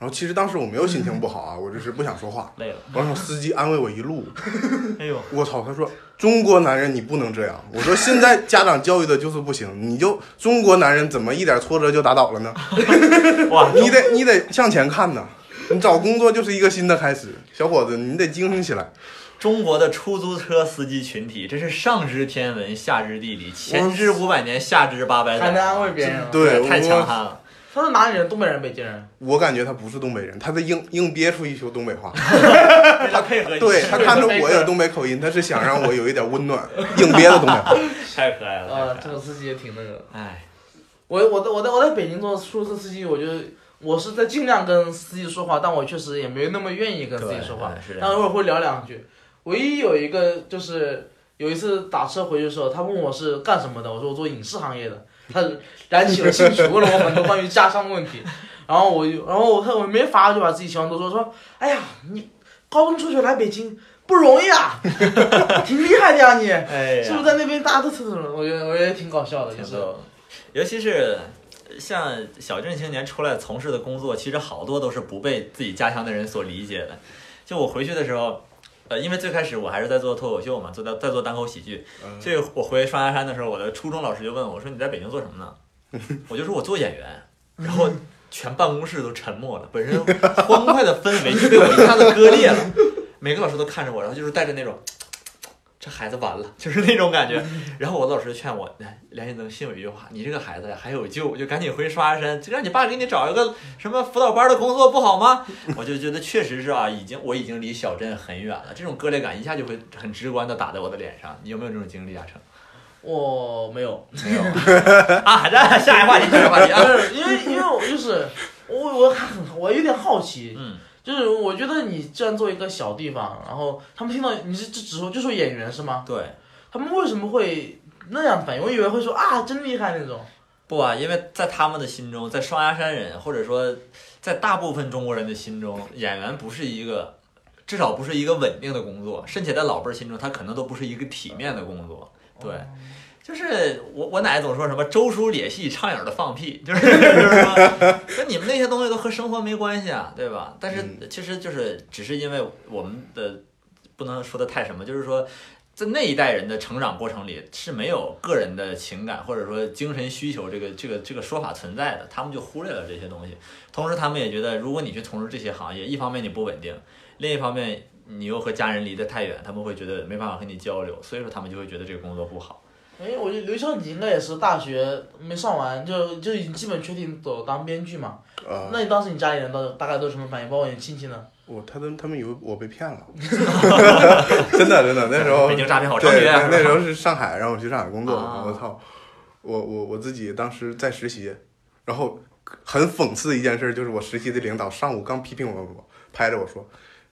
C: 然后其实当时我没有心情不好啊，我只是不想说话。
B: 累了，
C: 然后司机安慰我一路，
B: 哎呦，
C: 我操！他说中国男人你不能这样。我说现在家长教育的就是不行，你就中国男人怎么一点挫折就打倒了呢？
B: 哇，
C: 你得你得向前看呐，你找工作就是一个新的开始，小伙子你得精神起来。
B: 中国的出租车司机群体真是上知天文下知地理，前知五百年下知八百载，
A: 还能安慰别人啊？
C: 对，
B: 太强
C: 我
B: 悍了。
A: 他是哪里人？东北人、北京人？
C: 我感觉他不是东北人，他在硬硬憋出一球东北话。
B: 为了配合你，
C: 对他看着我有东北口音，他是想让我有一点温暖， 硬憋的东北话。
B: 太可爱了。
A: 呃，
B: 太
A: 这
B: 可爱了
A: 个司机也挺那个。
B: 哎，
A: 我我在我在我在北京做出租车司机，我觉得我是在尽量跟司机说话，但我确实也没那么愿意跟司机说话
B: 对对是这，样
A: 但偶尔会聊两句。唯一有一个就是有一次打车回去的时候，他问我是干什么的，我说我做影视行业的，他燃起了兴趣，问了我很多关于家乡的问题，然后我就然后我看我没法就把自己情况都说说，哎呀，你高中辍学来北京不容易啊， 挺厉害的呀你，
B: 哎呀，
A: 是不是在那边大家都特种？我觉得我觉得挺搞笑的，就
B: 挺
A: 是
B: 逗的尤其是像小镇青年出来从事的工作，其实好多都是不被自己家乡的人所理解的。就我回去的时候，呃，因为最开始我还是在做脱口秀嘛，做在在做单口喜剧，
C: 嗯
B: 所以我回双鸭山的时候，我的初中老师就问我说：“你在北京做什么呢？” 我就说我做演员， 然后。全办公室都沉默了，本身欢快的氛围就被我一下子割裂了。每个老师都看着我，然后就是带着那种，这孩子完了，就是那种感觉。然后我老师劝我，哎梁新增信我一句话，你这个孩子呀还有救，就赶紧回双鸭山，就让你爸给你找一个什么辅导班的工作不好吗？ 我就觉得确实是啊，已经我已经离小镇很远了，这种割裂感一下就会很直观的打在我的脸上。你有没有这种经历啊？成
A: 我没有，
B: 没有啊？这下一话题，下一话题
A: 不
B: 啊。
A: 是因为因为我就是我我很我有点好奇，
B: 嗯，
A: 就是我觉得你既然做一个小地方，然后他们听到你是只只说就说演员是吗？
B: 对，
A: 他们为什么会那样反应？我以为会说啊真厉害那种。
B: 不啊，因为在他们的心中，在双鸭山人或者说在大部分中国人的心中，演员不是一个，至少不是一个稳定的工作，甚且在老辈儿心中，他可能都不是一个体面的工作。对，
A: 哦
B: 就是我我奶奶总说什么“周书列戏，畅影儿的放屁”， 就是就是说，那你们那些东西都和生活没关系啊，对吧？但是
C: 嗯
B: 其实就是只是因为我们的不能说的太什么，就是说。在那一代人的成长过程里是没有个人的情感或者说精神需求这个这个这个说法存在的，他们就忽略了这些东西。同时，他们也觉得，如果你去从事这些行业，一方面你不稳定，另一方面你又和家人离得太远，他们会觉得没办法和你交流，所以说他们就会觉得这个工作不好。
A: 哎，我觉得刘晓你应该也是大学没上完就就已经基本确定走当编剧嘛。
B: 啊
C: 呃，
A: 那你当时你家里人到大概都是什么反应？包括你亲戚呢？
C: 我他们他们以为我被骗了， 真的真的那时候
B: 北京诈骗好猖
C: 对，
B: 獗，
C: 那那时候是上海，让我去上海工作，
B: 啊
C: 我操，我我我自己当时在实习，然后很讽刺的一件事就是我实习的领导上午刚批评我，我拍着我说，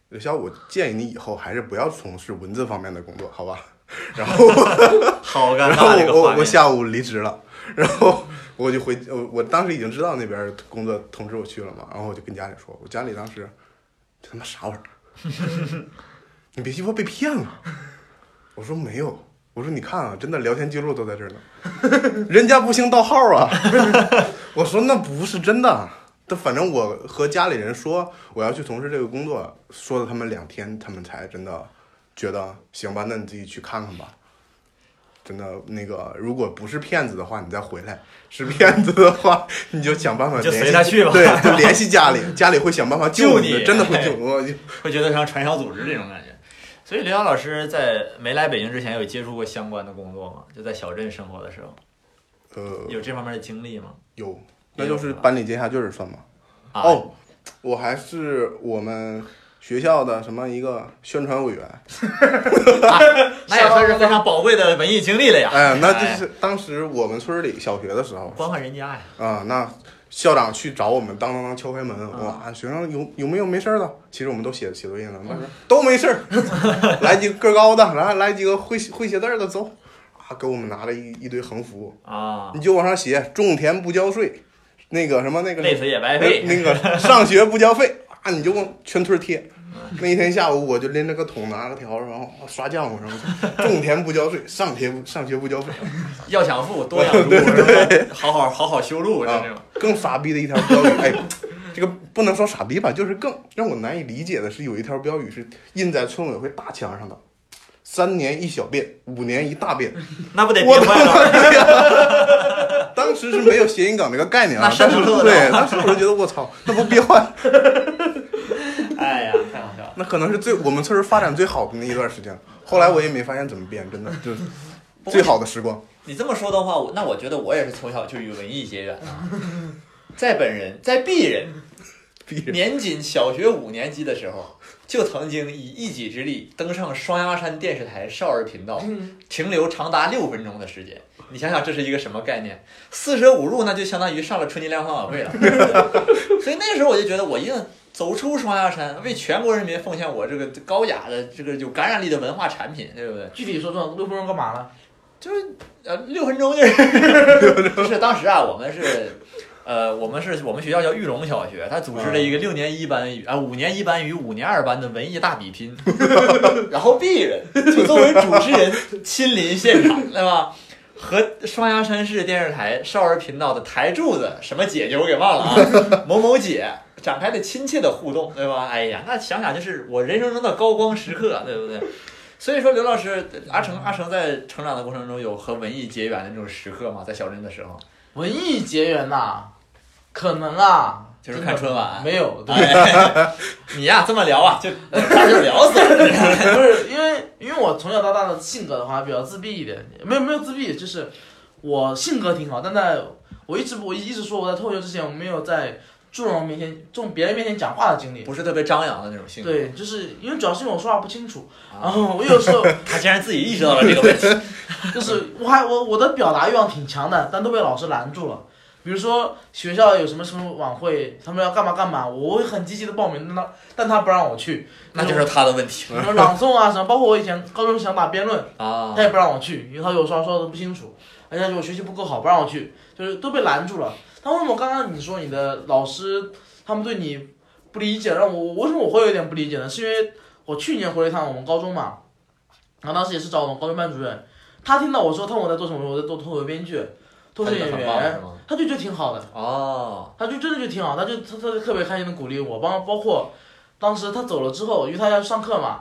C: 刘潇，我建议你以后还是不要从事文字方面的工作，好吧？ 然后
B: 好尴
C: 然后
B: 尬这个
C: 我
B: 画
C: 我我
B: 面。
C: 下午离职了，然后我就回我我当时已经知道那边工作通知我去了嘛，然后我就跟家里说，我家里当时这他妈啥玩意儿？ 你别鸡巴被骗了！我说没有，我说你看啊，真的聊天记录都在这儿呢， 人家不行盗号啊！我说那不是真的，但反正我和家里人说我要去从事这个工作，说了他们两天，他们才真的觉得行吧，那你自己去看看吧。真的，那个如果不是骗子的话，你再回来；是骗子的话，你就想办法
B: 你就
C: 联
B: 随
C: 系
B: 他去吧
C: 对，就联系家里，家里会想办法
B: 救
C: 你
B: 你
C: 的，真的会
B: 哎
C: 救我。
B: 会觉得像传销组织这种感觉。所以刘洋老师在没来北京之前有接触过相关的工作吗？就在小镇生活的时候，
C: 呃，
B: 有这方面的经历吗？
C: 有，
B: 也
C: 那
B: 有
C: 就是
B: 是吧
C: 班里接下句儿算吗？
B: 啊，
C: 哦，我还是我们学校的什么一个宣传委员，
B: 那也算是非常宝贵的文艺经历了呀。
C: 哎，那就是当时我们村儿里小学的时候
B: 关怀人家呀。
C: 啊、那校长去找我们，当当当敲开门，
B: 啊
C: 哇，学生有有没有没事儿的？其实我们都写写作业呢，那时候都没事儿，来几个个高的，来来几个会写会写字儿的，走，啊，给我们拿了一一堆横幅，
B: 啊，
C: 你就往上写，种田不交税，那个什么那个
B: 累死也白
C: 那
B: 费。
C: 那个上学不交费啊，你就往全村贴。那一天下午，我就拎着个桶，拿个条，然后刷浆糊上，种田不交税，上学不上学不交费。
B: 要想 富，多养猪，是吧？好好好好修路，就
C: 啊
B: 这种。
C: 更傻逼的一条标语，哎，这个不能说傻逼吧，就是更让我难以理解的是，有一条标语是印在村委会大墙上的：“三年一小变，五年一大变。
B: 那不得
C: 我
B: 憋坏了？”
C: 当时是没有谐音梗这个概念啊
B: 那，是
C: 但是
B: 不错的
C: 对，当时我就觉得我操，那不憋坏？
B: 哎呀，太好笑了。
C: 那可能是最我们村儿发展最好的那一段时间了。后来我也没发现怎么变，真的就是
B: 不过
C: 最好的时光。
B: 你这么说的话，我那我觉得我也是从小就与文艺结缘啊。在本人，在鄙人
C: 逼人
B: 年仅小学五年级的时候，就曾经以一己之力登上双鸭山电视台少儿频道，停留长达六分钟的时间。你想想，这是一个什么概念？四舍五入，那就相当于上了春节联欢晚会了。 所以那时候我就觉得，我一定走出双鸭山，为全国人民奉献我这个高雅的、这个有感染力的文化产品，对不对？
A: 具体说说六分钟干嘛了？
B: 就是呃六分钟就是就是当时啊，我们是呃我们是我们学校叫玉龙小学，它组织了一个六年一班与啊五年一班与五年二班的文艺大比拼，然后 B 人就作为主持人亲临现场，对吧？和双鸭山市电视台少儿频道的台柱子什么姐姐我给忘 了啊，某某姐展开了亲切的互动，对吧？哎呀，那想想就是我人生中的高光时刻，对不对？所以说，刘老师，阿成，阿成在成长的过程中有和文艺结缘的那种时刻吗？在小镇的时候，
A: 文艺结缘呐、可能啊，
B: 就是
A: 真的
B: 看春晚。
A: 没有， 对，
B: 哎、你呀，这么聊 啊，就咱就聊死了。
A: 不是因为因为我从小到大的性格的话比较自闭一点，没有没有自闭，就是我性格挺好，但在我一直我一直说我在脱口秀之前我没有在众人面前众别人面前讲话的经历，
B: 不是特别张扬的那种性格。
A: 对，就是因为主要是因为我说话不清楚，
B: 啊
A: 然后我有时候
B: 他竟然自己意识到了这个 问题。
A: 就是我还我我的表达欲望挺强的，但都被老师拦住了。比如说学校有什么什么晚会，他们要干嘛干嘛，我会很积极的报名，但他但他不让我去，
B: 那就是他的问题
A: 什么朗诵啊什么，包括我以前高中想打辩论，
B: 啊
A: 他也不让我去，因为他有时候说的不清楚，而且我学习不够好，不让我去，就是都被拦住了。那为什么刚刚你说你的老师他们对你不理解，让我为什么我会有点不理解呢？是因为我去年回了一趟我们高中嘛，然后当时也是找我们高中班主任，他听到我说他问我在做什么，我说我在做脱口秀编剧、脱口秀演员，
B: 吗？
A: 他就觉得挺好的。
B: 哦，
A: 他就真的就挺好，他就他他就特别开心的鼓励我，包包括当时他走了之后，因为他要上课嘛，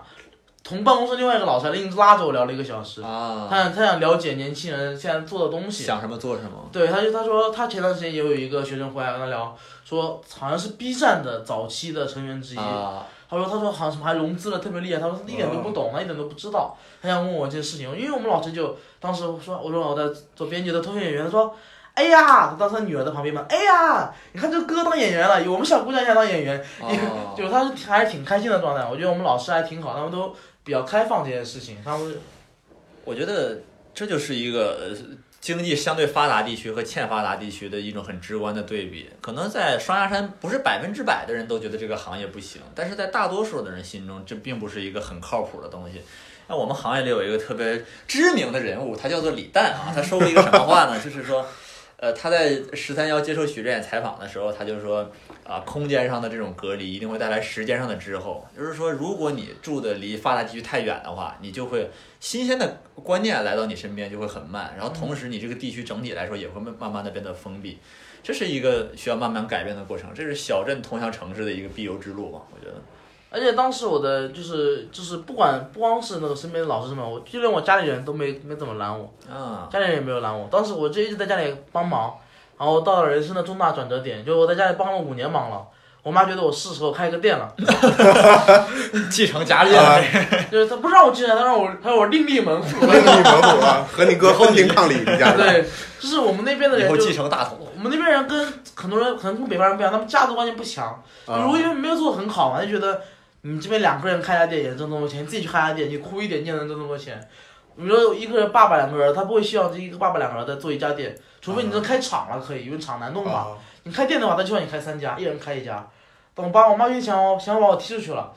A: 同办公室另外一个老师还硬拉着我聊了一个小时，他
B: 啊，
A: 想他想了解年轻人现在做的东西，
B: 想什么做什么。
A: 对，他就他说他前段时间也有一个学生回来跟他聊，说好像是 B 站的早期的成员之一，
B: 啊，
A: 他说他说好像什么还融资了特别厉害，他说他一点都不懂，他啊一点都不知道，他想问我这件事情，因为我们老师就当时说我说我在做编辑的脱口秀演员，他说。哎呀，他当时他女儿在旁边嘛，哎呀，你看这哥当演员了，我们小姑娘也想当演员，
B: 哦
A: 就是他是挺还是挺开心的状态。我觉得我们老师还挺好，他们都比较开放这件事情，他们
B: 我觉得这就是一个呃经济相对发达地区和欠发达地区的一种很直观的对比。可能在双鸭山，不是百分之百的人都觉得这个行业不行，但是在大多数的人心中，这并不是一个很靠谱的东西。那我们行业里有一个特别知名的人物，他叫做李诞啊，他说过一个什么话呢？ 就是说，呃，他在十三幺接受许志远采访的时候，他就说，啊，空间上的这种隔离一定会带来时间上的滞后。就是说，如果你住的离发达地区太远的话，你就会新鲜的观念来到你身边就会很慢，然后同时你这个地区整体来说也会慢慢慢的变得封闭，这是一个需要慢慢改变的过程，这是小镇通向城市的一个必由之路嘛，我觉得。
A: 而且当时我的就是就是不管不光是那个身边的老师什么，我就连我家里人都没没怎么拦我，
B: 啊，
A: 家里人也没有拦我。当时我就一直在家里帮忙，然后到了人生的重大转折点，就我在家里帮了五年忙了。我妈觉得我是时候开个店了，
B: 继承家业了，
A: 就是她不让我进来，她让我她让我另立门户。
C: 和你门户啊，和你哥分庭抗礼，李家人。啊
A: 对，就是我们那边的
B: 以
A: 人
B: 后
A: 就
B: 继承大统。
A: 我们那边人跟很多人可能跟北方人不一样，他们价值观念不强。
C: 啊
A: 如果因为没有做的很好嘛，就觉得你这边两个人开家店也挣这么多钱，你自己去开家店，你哭一点你也能挣这么多钱。你说一个人爸爸两个人，他不会希望这一个爸爸两个人再做一家店，除非你能开厂了可以，因为厂难弄嘛。
C: 啊，
A: 你开店的话，他就让你开三家，一人开一家。但我爸我妈就想要想要把我踢出去了。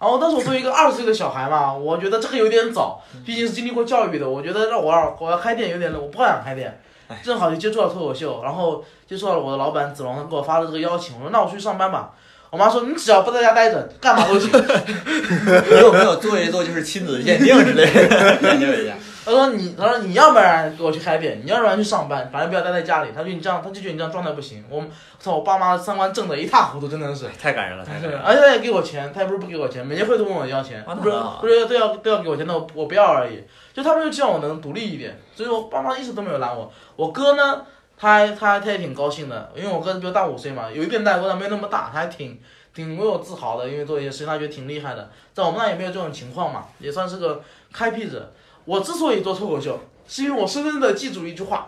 A: 然后当时我作为一个二十岁的小孩嘛，我觉得这个有点早，毕竟是经历过教育的。我觉得让我要我要开店有点，我不敢开店。正好就接触到脱口秀，然后接触到了我的老板子龙，他给我发了这个邀请，我说那我出去上班吧。我妈说你只要不在家待着，干嘛都行。
B: 你有没有做一做就是亲子鉴定之类的？研究一下。
A: 他说你，他说你要不然给我去开店，你要不然去上班，反正不要待在家里。他说你这样，他就觉得你这样状态不行。我操，我爸妈三观正的一塌糊涂，真的是。
B: 太感人了，太感人了。
A: 而且他也给我钱，他也不是不给我钱，每天会都问我要钱，
B: 啊
A: 不是
B: 那好
A: 不是都要都要给我钱，但我我不要而已。就他们就希望我能独立一点，所以我爸妈一直都没有拦我。我哥呢，他还他还他也挺高兴的，因为我哥比我大五岁嘛，有一点代沟，但没有那么大，他还挺挺为我自豪的，因为做一些事情他觉得挺厉害的，在我们那也没有这种情况嘛，也算是个开辟者。我之所以做脱口秀，是因为我深深的记住一句话，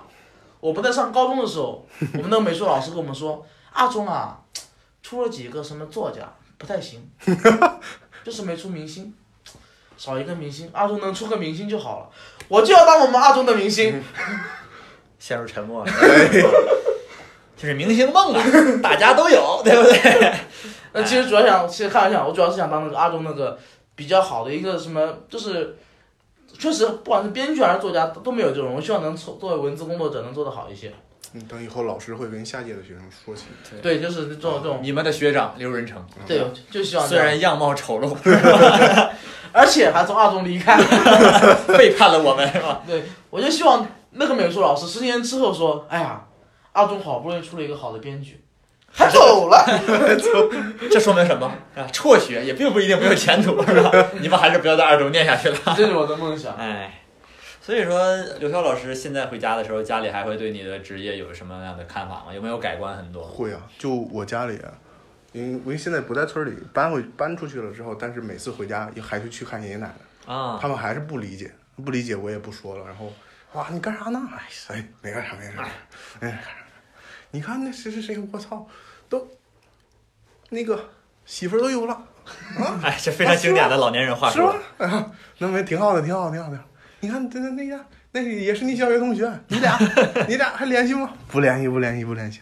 A: 我们在上高中的时候，我们的美术老师跟我们说，阿忠啊，出了几个什么作家。不太行， 就是没出明星，少一个明星，阿忠能出个明星就好了，我就要当我们阿忠的明星。
B: 陷入沉默了，就是明星梦啊，大家都有，对不对？
A: 那其实主要想，其实开玩笑，我主要是想当那个阿忠那个比较好的一个什么，就是确实不管是编剧还是作家都没有这种，我希望能做作为文字工作者能做得好一些。
C: 嗯，等以后老师会跟下届的学生说起，
A: 对，嗯就是这种这种，
B: 你们的学长刘仁成，
A: 对，就希望这
B: 虽
A: 样，
B: 然样貌丑陋，
A: 而且还从阿忠离开。
B: 背叛了我们，是吧？
A: 对，我就希望那个美术老师十年之后说，哎呀，阿忠好不容易出了一个好的编剧，他走了。
B: 这说明什么啊？辍学也并不一定没有前途，是吧？你们还是不要在二中念下去了。
A: 这是我的梦想。
B: 哎，所以说刘潇老师现在回家的时候，家里还会对你的职业有什么样的看法吗？有没有改观很多？
C: 会啊，就我家里，因为因为现在不在村里，搬回搬出去了之后，但是每次回家也还是去看爷爷奶奶。
B: 啊，
C: 他们还是不理解，不理解我也不说了。然后，哇，你干啥呢？哎哎，没干啥，没干啥，没干啥。你看那谁谁谁，我操，都那个媳妇儿都有了，
B: 哎，这非常经典的老年人话
C: 是
B: 术
C: 吧。？啊，那没挺好的，挺好的，挺好的。你看那那那个，那个也是你小学同学，你 俩你俩还联系吗？ 不联系，不联系，不联系。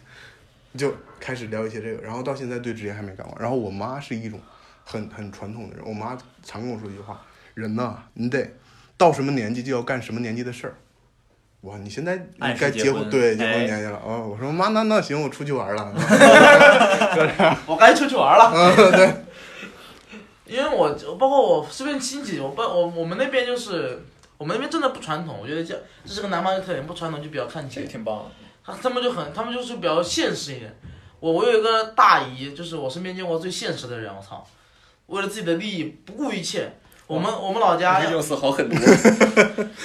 C: 就开始聊一些这个，然后到现在对职业还没感冒。然后我妈是一种很很传统的人，我妈常跟我说一句话：人呐，你得到什么年纪就要干什么年纪的事儿。哇，你现在
B: 按时
C: 该
B: 结
C: 结婚，
B: 婚
C: 对，结
B: 哎
C: 婚年纪了。哦，我说妈，那那行，我出去玩了。
A: 我该出去玩了，
C: 嗯，对，
A: 因为我包括我这边亲戚，我爸我我们那边就是我们那边真的不传统，我觉得这这是个南方的特点，不传统就比较看
B: 这
A: 钱
B: 个，挺棒的，
A: 他他们就很他们就是比较现实一点。我我有一个大姨，就是我身边见过最现实的人，我操，为了自己的利益不顾一切。我们我们老家
B: 这用词好 狠毒。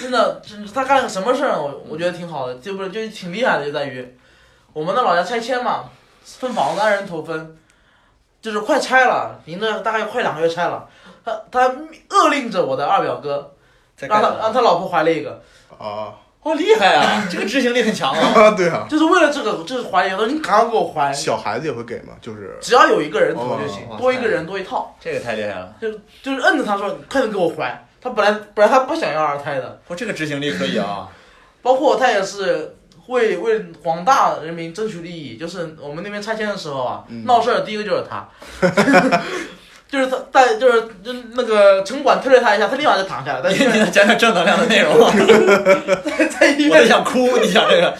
A: 真的，真是他干了个什么事儿，我我觉得挺好的，就不是就挺厉害的，就在于我们的老家拆迁嘛，分房子按人头分，就是快拆了，您这大概快两个月拆了，他他勒令着我的二表哥，
B: 再
A: 让
B: 干
A: 他让他老婆怀了一个，
C: 啊
B: 哦，厉害啊！这个执行力很强啊。
C: 啊，对啊，
A: 就是为了这个，就是怀疑，我说你赶快给我怀，
C: 小孩子也会给嘛， 就是
A: 只要有一个人头就行
B: 哦，
A: 多一个人多一套，
B: 这个太厉害了，
A: 就就是摁着他说你快点给我怀，他本来本来他不想要二胎的。
B: 我这个执行力可以啊。
A: 包括他也是为为广大人民争取利益，就是我们那边拆迁的时候啊，
C: 嗯
A: 闹事儿的第一个就是他， 就是他带就是就那个城管推了他一下，他立马就躺下了，在
B: 你
A: 医
B: 你
A: 院
B: 能讲讲正能量的内容吗？
A: 在医
B: 我都
A: 院
B: 想哭。你想这个，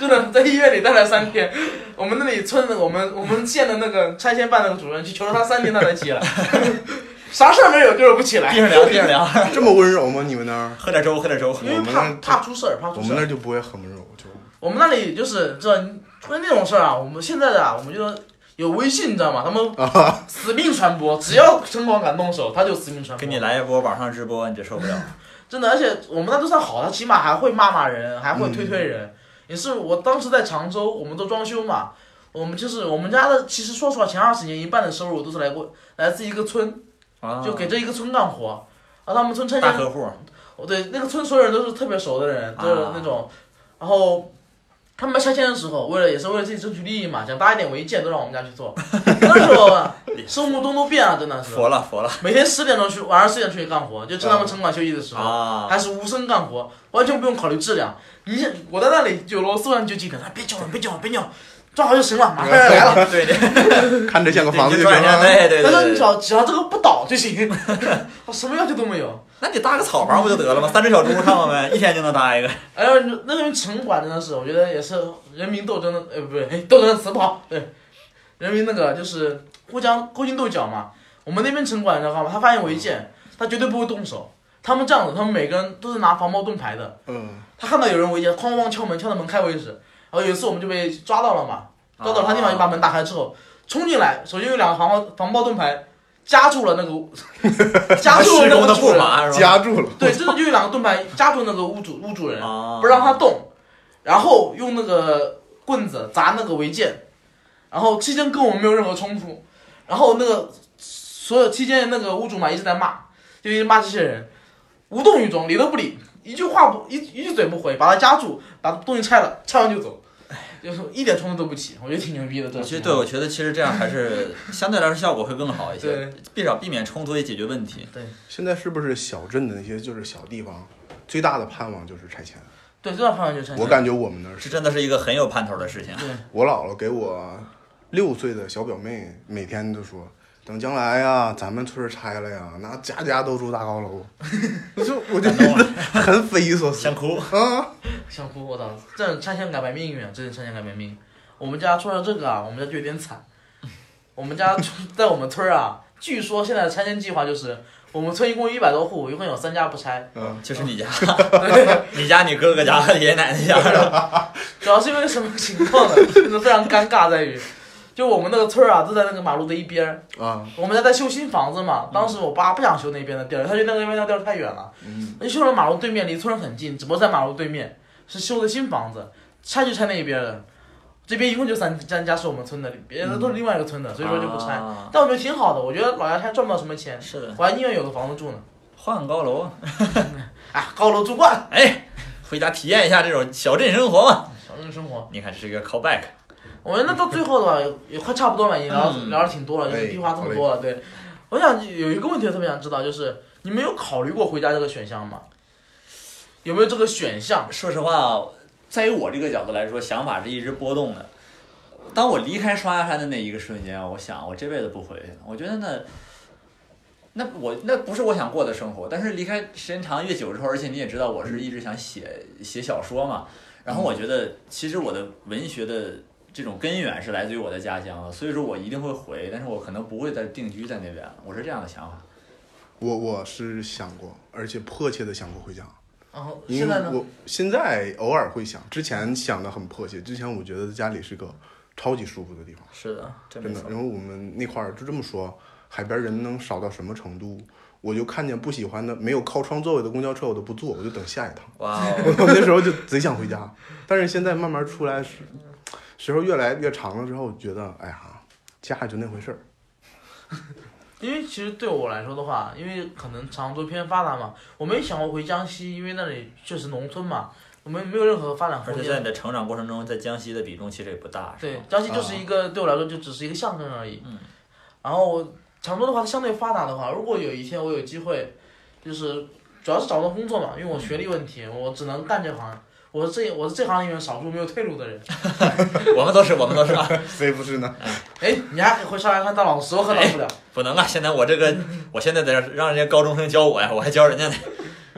A: 真的在医院里待了三天，我们那里村的我们我们县的那个拆迁办那个主任去求了他三天他才起 来，啥事儿没有就是不起来
B: 地，上凉，地上凉，
C: 这么温柔吗？你们那儿？
B: 喝点粥，喝点粥。
A: 因为
C: 我们
A: 怕
C: 那
A: 怕出事儿怕
C: 我
A: 出事
C: 们
A: 儿
C: 那。儿就不会很温柔，就
A: 我们那里就是知道出现那种事儿啊，我们现在的啊，我们就有微信，你知道吗？他们死命传播，只要城管敢动手，他就死命传播。
B: 给你来一波网上直播，你这受不了。
A: 真的，而且我们那都算好，他起码还会骂骂人，还会推推人。也是我当时在常州，我们做装修嘛，我们就是我们家的，其实说实话，前二十年一半的收入都是来过来自一个村，
B: 啊，
A: 就给这一个村干活。然后他们村拆迁
B: 大客户，
A: 我哦对那个村所有人都是特别熟的人，
B: 啊
A: 都是那种，然后他们拆迁的时候，为了也是为了自己争取利益嘛，想搭一点违建都让我们家去 做。那时候啊生物钟都变了，啊真的是，
B: 佛了佛了
A: 每天十点钟去，晚上十点出去干活，就趁他们城管休息的时候，
B: 啊！
A: 还是无声干活，完全不用考虑质量。你想我在那里有螺丝万就记得，哎别叫了，别叫了，别叫了，抓好就行了，马上要哎来了。
B: 对对，
C: 看着像个
B: 你
C: 房子
B: 就
C: 就
B: 转
C: 行
B: 一下，
C: 了。
B: 对 对
A: 他说你
B: 对
A: 只
B: 对。
A: 要只要这个不倒就行， 我什么要求都没有。
B: 那你搭个草房不就得了吗？三只小猪看过没？一天就能搭一个。
A: 哎呦，那个城管真的是，我觉得也是人民斗争的，呃，不对，哎斗争的词不好，对，人民那个就是互相勾心斗角嘛。我们那边城管你知道吗？他发现违建，他绝对不会动手，他们这样子，他们每个人都是拿防暴盾牌的。
C: 嗯，
A: 他看到有人围剿，哐哐敲门，敲到门开为止。然后有一次我们就被抓到了嘛，抓到了他
B: 啊
A: 立马就把门打开之后冲进来，首先有两个防暴防暴盾牌夹住了那个， 夹住了
D: 施
A: 那
D: 工
A: 个
D: 的
A: 屋主
D: 步
A: 人，
D: 伐是吧？
C: 夹住了，
A: 对，真的就有两个盾牌夹住那个屋主屋主人，
D: 啊，
A: 不让他动，然后用那个棍子砸那个违建，然后期间跟我们没有任何冲突，然后那个所有期间那个屋主嘛一直在骂，就一直骂这些人，无动于衷，理都不理，一句话不一一句嘴不回，把他夹住，把东西拆了，拆完就走，就是一点冲突都不起，我觉得挺牛逼的这
B: 我
A: 种
B: 其
A: 情
B: 实
A: 况。
B: 对，我觉得其实这样还是相对来说效果会更好一些
A: 对，
B: 至少避免冲突也解决问题。
C: 现在是不是小镇的那些就是小地方，最大的盼望就是拆迁？
A: 对，这段判断就拆迁。
C: 我感觉我们那儿
B: 这
C: 嗯是，
B: 真的是一个很有盼头的事情。
A: 对，
C: 我姥姥给我六岁的小表妹每天都说，等将来呀，咱们村儿拆了呀，那家家都住大高 楼，我就我就
B: 感动
C: 觉
B: 了
C: 得很匪夷所思
D: 想哭。
C: 啊。
A: 想哭，我操！这种拆迁改变命运啊，这种拆迁改变命运。我们家说到这个啊，我们家就有点惨。我们家 在我们村儿啊，据说现在的拆迁计划就是，我们村一共一百多户，一共有三家不拆。
C: 嗯，
B: 就是你家，你家、你哥哥家、爷爷奶奶家是吧？
A: 主要是因为什么情况呢？真的非常尴尬，在于，就我们那个村儿啊，就在那个马路的一边儿。
C: 啊，
A: 我
B: 嗯
A: 们家在修新房子嘛，当时我爸不想修那边的地儿，他觉得那边的地儿太远了，
C: 嗯
A: 那就修了马路对面，离村很近，只不过在马路对面是修的新房子，拆就拆那一边的，这边一共就三三家是我们村的，别的都是另外一个村的，所以说就不拆。
B: 嗯啊
A: 但我觉得挺好的，我觉得老家拆赚不到什么钱，
B: 是的，
A: 我还宁愿有个房子住呢。
B: 换高楼啊，
A: 哎，高楼住惯了，
B: 哎，回家体验一下这种小镇生活嘛。
A: 小镇生活。
B: 你看，这是一个 callback。
A: 我们那到最后的话，也也快差不多了，也聊
B: 嗯
A: 聊的挺多了，就是
C: 哎
A: 屁话这么多了。对，我想有一个问题我特别想知道，就是你们有考虑过回家这个选项吗？有没有这个选项？
B: 说实话，啊在于我这个角度来说，想法是一直波动的。当我离开双鸭山的那一个瞬间，我想我这辈子不回去了。我觉得那，那我那不是我想过的生活。但是离开时间长越久之后，而且你也知道，我是一直想写写小说嘛。然后我觉得，其实我的文学的这种根源是来自于我的家乡的，所以说我一定会回，但是我可能不会再定居在那边了。我是这样的想法。
C: 我我是想过，而且迫切的想过回家。
A: 然后
C: 因
A: 现
C: 为
A: 在呢？
C: 我现在偶尔会想，之前想的很迫切，之前我觉得家里是个超级舒服的地方，
B: 是的，真
C: 真的。嗯然后我们那块儿就这么说，海边人能少到什么程度？我就看见不喜欢的、没有靠窗座位的公交车，我都不坐，我就等下一趟。
B: 哇、哦
C: 我那时候就贼想回家，但是现在慢慢出来时时候越来越长了之后，觉得哎呀，家也就那回事儿。
A: 因为其实对我来说的话，因为可能常州偏发达嘛，我没想过回江西，因为那里确实农村嘛，我们没有任何发展
B: 而
A: 空
B: 且在你
A: 间。
B: 的成长过程中，在江西的比重其实也不大，是吧啊
A: 对，江西就是一个、对我来说就只是一个象征而已。
B: 嗯
A: 然后常州的话，它相对发达的话，如果有一天我有机会，就是主要是找不到工作嘛，因为我学历问题，
B: 嗯
A: 我只能干这行。我是这我是这行里面少数没有退路的人。
B: 我们都是，我们都是啊，
C: 谁不是呢？
A: 哎，你还回上海看当老师，我可当不了。
B: 不能啊！现在我这
A: 嗯
B: 个，我现在得让人家高中生教我呀，我还教人家呢。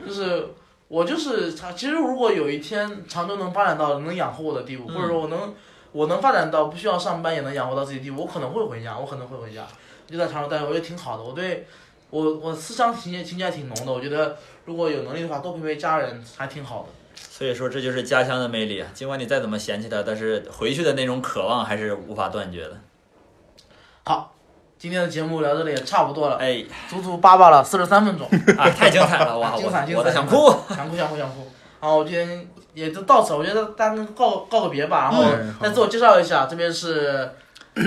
A: 就是我就是常，其实如果有一天常州能发展到能养活我的地步，
B: 嗯
A: 或者说我能我能发展到不需要上班也能养活到自己的地步，我可能会回家，我可能会回家，就在常州待着，我觉得挺好的。我对我我思乡情结情结还挺浓的，我觉得如果有能力的话，多陪陪家人还挺好的。
B: 所以说，这就是家乡的魅力啊！尽管你再怎么嫌弃它，但是回去的那种渴望还是无法断绝的。
A: 今天的节目聊这里也差不多了，
B: 哎，
A: 足足叭叭了四十三分钟，
B: 啊，太精彩了！哇，
A: 精彩精
B: 我
A: 彩
B: 我都想哭。
A: 想哭想哭想哭。好，我今天也就到此，我觉得大家告告个别吧，然后
C: 嗯
A: 再自我介绍一下，这边是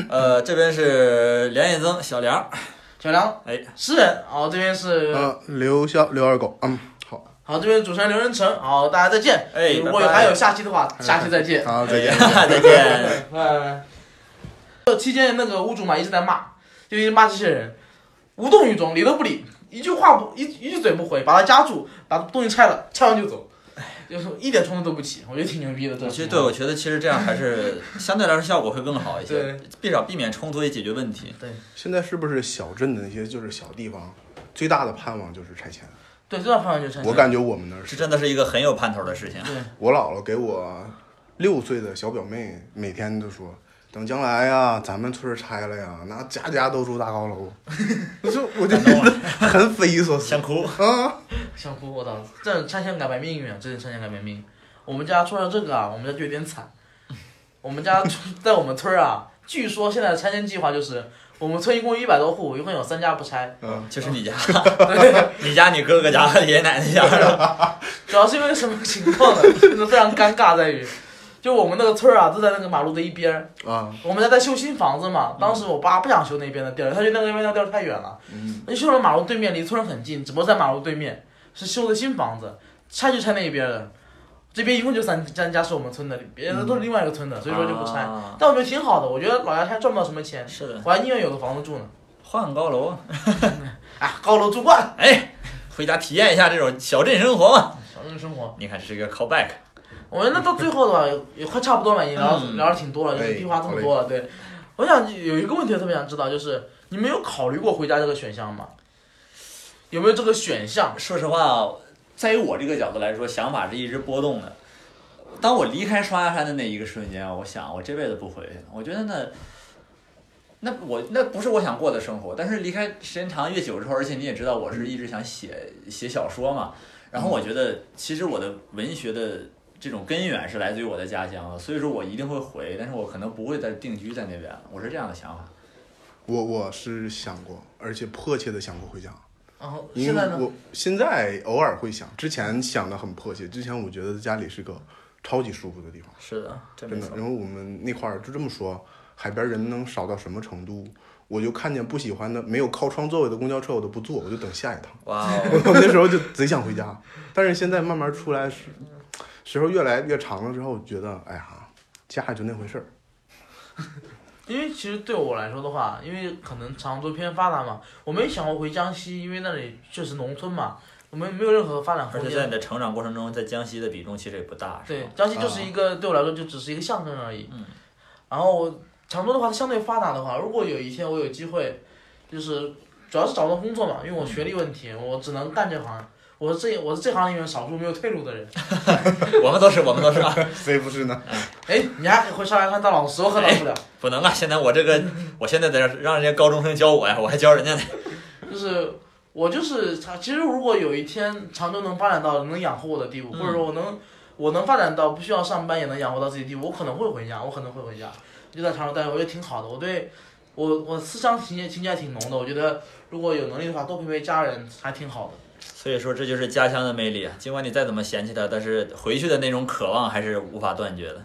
B: 呃，这边是梁彦增、小梁，
A: 小梁，
B: 哎，
A: 诗人，好，这边是
C: 呃，刘肖刘二狗，嗯，好，
A: 好，这边主持人刘仁成，好，大家再见。
B: 哎
A: 如果
B: 拜拜哎
A: 还有下期的 话，下期再见。
C: 好，再见。
B: 再见。
A: 拜拜。这期间那个屋主嘛一直在骂，就一直骂这些人，无动于衷，理都不理，一句话不一一句嘴不回，把他夹住，把东西拆了，拆完就走，就是一点冲突都不起，我觉得挺牛逼的。这
B: 哎其实对，我觉得其实这样还是相对来说效果会更好一些
A: 对，
B: 至少避免冲突也解决问题。
C: 现在是不是小镇的那些就是小地方，最大的盼望就是拆迁？
A: 对，这段朋友就拆迁。
C: 我感觉我们那儿
B: 这
C: 是，
B: 真的是一个很有盼头的事情。
A: 对，
C: 我姥姥给我六岁的小表妹每天都说，等将来呀，咱们村儿拆了呀，那 家家都住大高楼，我就我就
B: 感动了，
C: 很匪夷所思
B: 想哭。
C: 啊！
A: 小姑，我操，这差点改变命运啊！真的差点改变命。我们家说到这个啊，我们家就有点惨。 我们家在我们村儿啊，据说现在的拆迁计划就是，我们村一共一百多户，一共有三家不拆。
C: 嗯，
B: 就是你家，你家、你哥哥家、和爷爷奶奶家，是吧
A: 主要是因为什么情况呢？真的非常尴尬，在于，就我们那个村儿啊，就在那个马路的一边儿。
C: 啊，
A: 我们家在修新房子嘛，当时我爸不想修那边的地儿，他觉得那边的地儿太远了，
C: 嗯，
A: 那就修了马路对面，离村儿很近，只不过在马路对面是修的新房子，拆就拆那一边的，这边一共就三三家是我们村的，别的都是另外一个村的，所以说就不
C: 嗯
A: 拆。
B: 啊
A: 但我觉得挺好的，我觉得老家拆赚不到什么钱，
B: 是的，
A: 我还宁愿有个房子住呢。
B: 换高楼，
A: 啊，高楼住惯了，
B: 哎，回家体验一下这种小镇生活嘛。
A: 小镇生活。
B: 你看，这是一个 callback。
A: 我们那到最后的话，也也快差不多了，也聊
B: 嗯
A: 聊的挺多了，就是
C: 哎
A: 屁话这么多了。对，我想有一个问题特别想知道，就是你们有考虑过回家这个选项吗？有没有这个选项？
B: 说实话，在于我这个角度来说，想法是一直波动的。当我离开双鸭山的那一个瞬间，我想我这辈子不回去了。我觉得那，那我那不是我想过的生活。但是离开时间长越久之后，而且你也知道，我是一直想写写小说嘛。然后我觉得，其实我的文学的这种根源是来自于我的家乡的，所以说我一定会回，但是我可能不会再定居在那边了。我是这样的想法。
C: 我我是想过，而且迫切的想过回家，
A: 然后
C: 因
A: 现
C: 为
A: 在呢？
C: 我现在偶尔会想，之前想的很迫切，之前我觉得家里是个超级舒服的地方，
B: 是的，真
C: 真的。然后我们那块儿就这么说，海边人能少到什么程度？我就看见不喜欢的、没有靠窗座位的公交车，我都不坐，我就等下一趟。
B: 哇、
C: 我那时候就贼想回家，但是现在慢慢出来时时候越来越长了之后，觉得哎呀，家也就那回事儿。
A: 因为其实对我来说的话，因为可能常州偏发达嘛，我没想过回江西，因为那里确实农村嘛，我们没有任何发展
B: 而
A: 空
B: 且在
A: 间。
B: 你的成长过程中，在江西的比重其实也不大，是
A: 对，
B: 吧
A: 江西就是一个、对我来说就只是一个象征而已。
B: 啊嗯
A: 然后常州的话，它相对发达的话，如果有一天我有机会，就是主要是找不到工作嘛，因为我学历问题，我只能干这行。我是这我是这行里面少数没有退路的人。
B: 我们都是，我们都是，啊，
C: 谁不是呢？
A: 哎，你还回上来看当老师，我可当不了。
B: 不能啊！现在我 这个，我现在在这儿让人家高中生教我呀，我还教人家呢。
A: 就是我就是常，其实如果有一天常州能发展到能养活我的地步，
B: 嗯
A: 或者说我能我能发展到不需要上班也能养活到自己的地步，我可能会回家，我可能会回家，就在常州待着，我觉得挺好的。我对我我思乡情结情结还挺浓的，我觉得如果有能力的话，多陪陪家人还挺好的。
B: 所以说，这就是家乡的魅力啊！尽管你再怎么嫌弃它，但是回去的那种渴望还是无法断 绝的。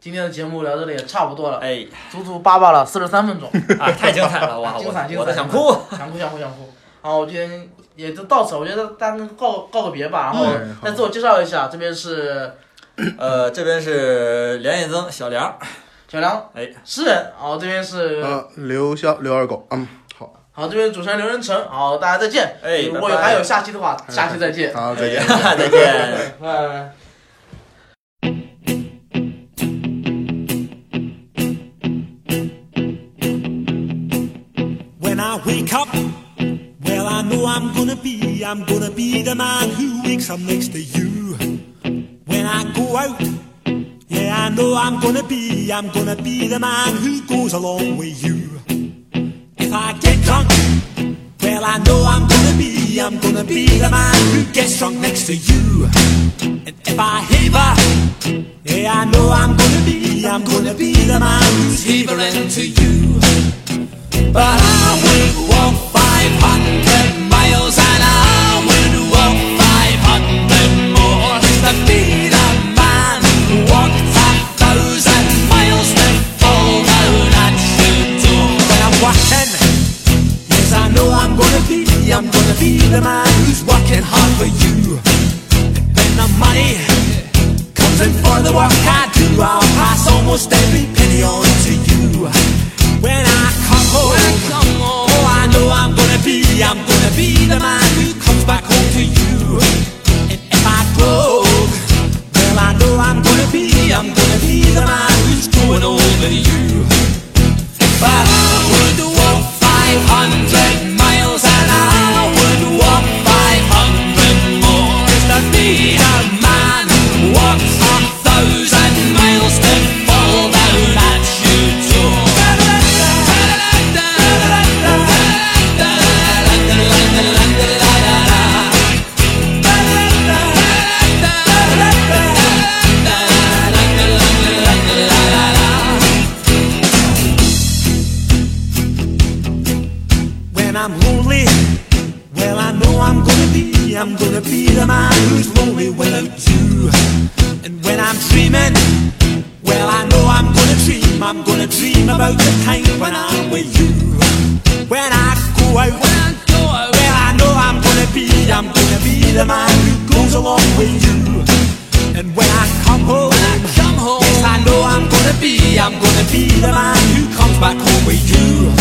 A: 今天的节目聊这里也差不多了，
B: 哎，
A: 足足叭叭了四十三 分钟，
B: 啊，太精彩了！哇，
A: 精彩精
B: 我
A: 彩
B: 我都想哭。
A: 想哭想哭想哭。好，我今天也就到此，我觉得大家告告个别吧，然后
C: 嗯
A: 再自我介绍一下，这边是。
B: 呃，这边是梁彦增，小 梁，
A: 小梁，
B: 哎，
A: 诗人，好，这边是，
C: 呃，刘潇刘二狗，嗯，好，
A: 好，这边主持人刘仁成，好，大家再见，
B: 哎
A: 如果有
B: 拜拜
A: 还有下期的 话，下期再见，
C: 好，再见。
B: 哎再见。
A: 拜拜。
E: When I wake up, well, I know I'm gonna be, I'm gonna be the man who wakes up next to you. When I go out, yeah, I know I'm gonna be, I'm gonna be the man who goes along with you. If I get drunk, well, I know I'm gonna be, I'm gonna be the man who gets drunk next to you. And if I haver, yeah, I know I'm gonna be, I'm gonna be the man who's havering to you. But I would walk 500 miles and I would walk 500 more just to be the man who walked a thousand miles to fall down at your door. When I'm walking, yes, I know I'm gonna be, I'm gonna be the man who's working hard for you. And when the money comes in for the work I do, I'll pass almost every penny on to you. When I come home, oh, I know I'm gonna be, I'm gonna be the man who comes back home to you. And if I go, well, I know I'm gonna be, I'm gonna be the man who's going over you. But I would walk 500 miles and I would walk 500 more just to be a man who walks a thousand miles to fall down at your door. I'm gonna be the man who's lonely without you. And when I'm dreaming, well, I know I'm gonna dream. I'm gonna dream about the time when I'm with you. When I go out, when I go out, well, I know I'm gonna be, I'm gonna be the man who goes along with you. And when I come home, come home, yes, I know I'm gonna be, I'm gonna be the man who comes back home with you.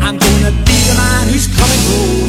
E: I'm gonna be the man who's coming home.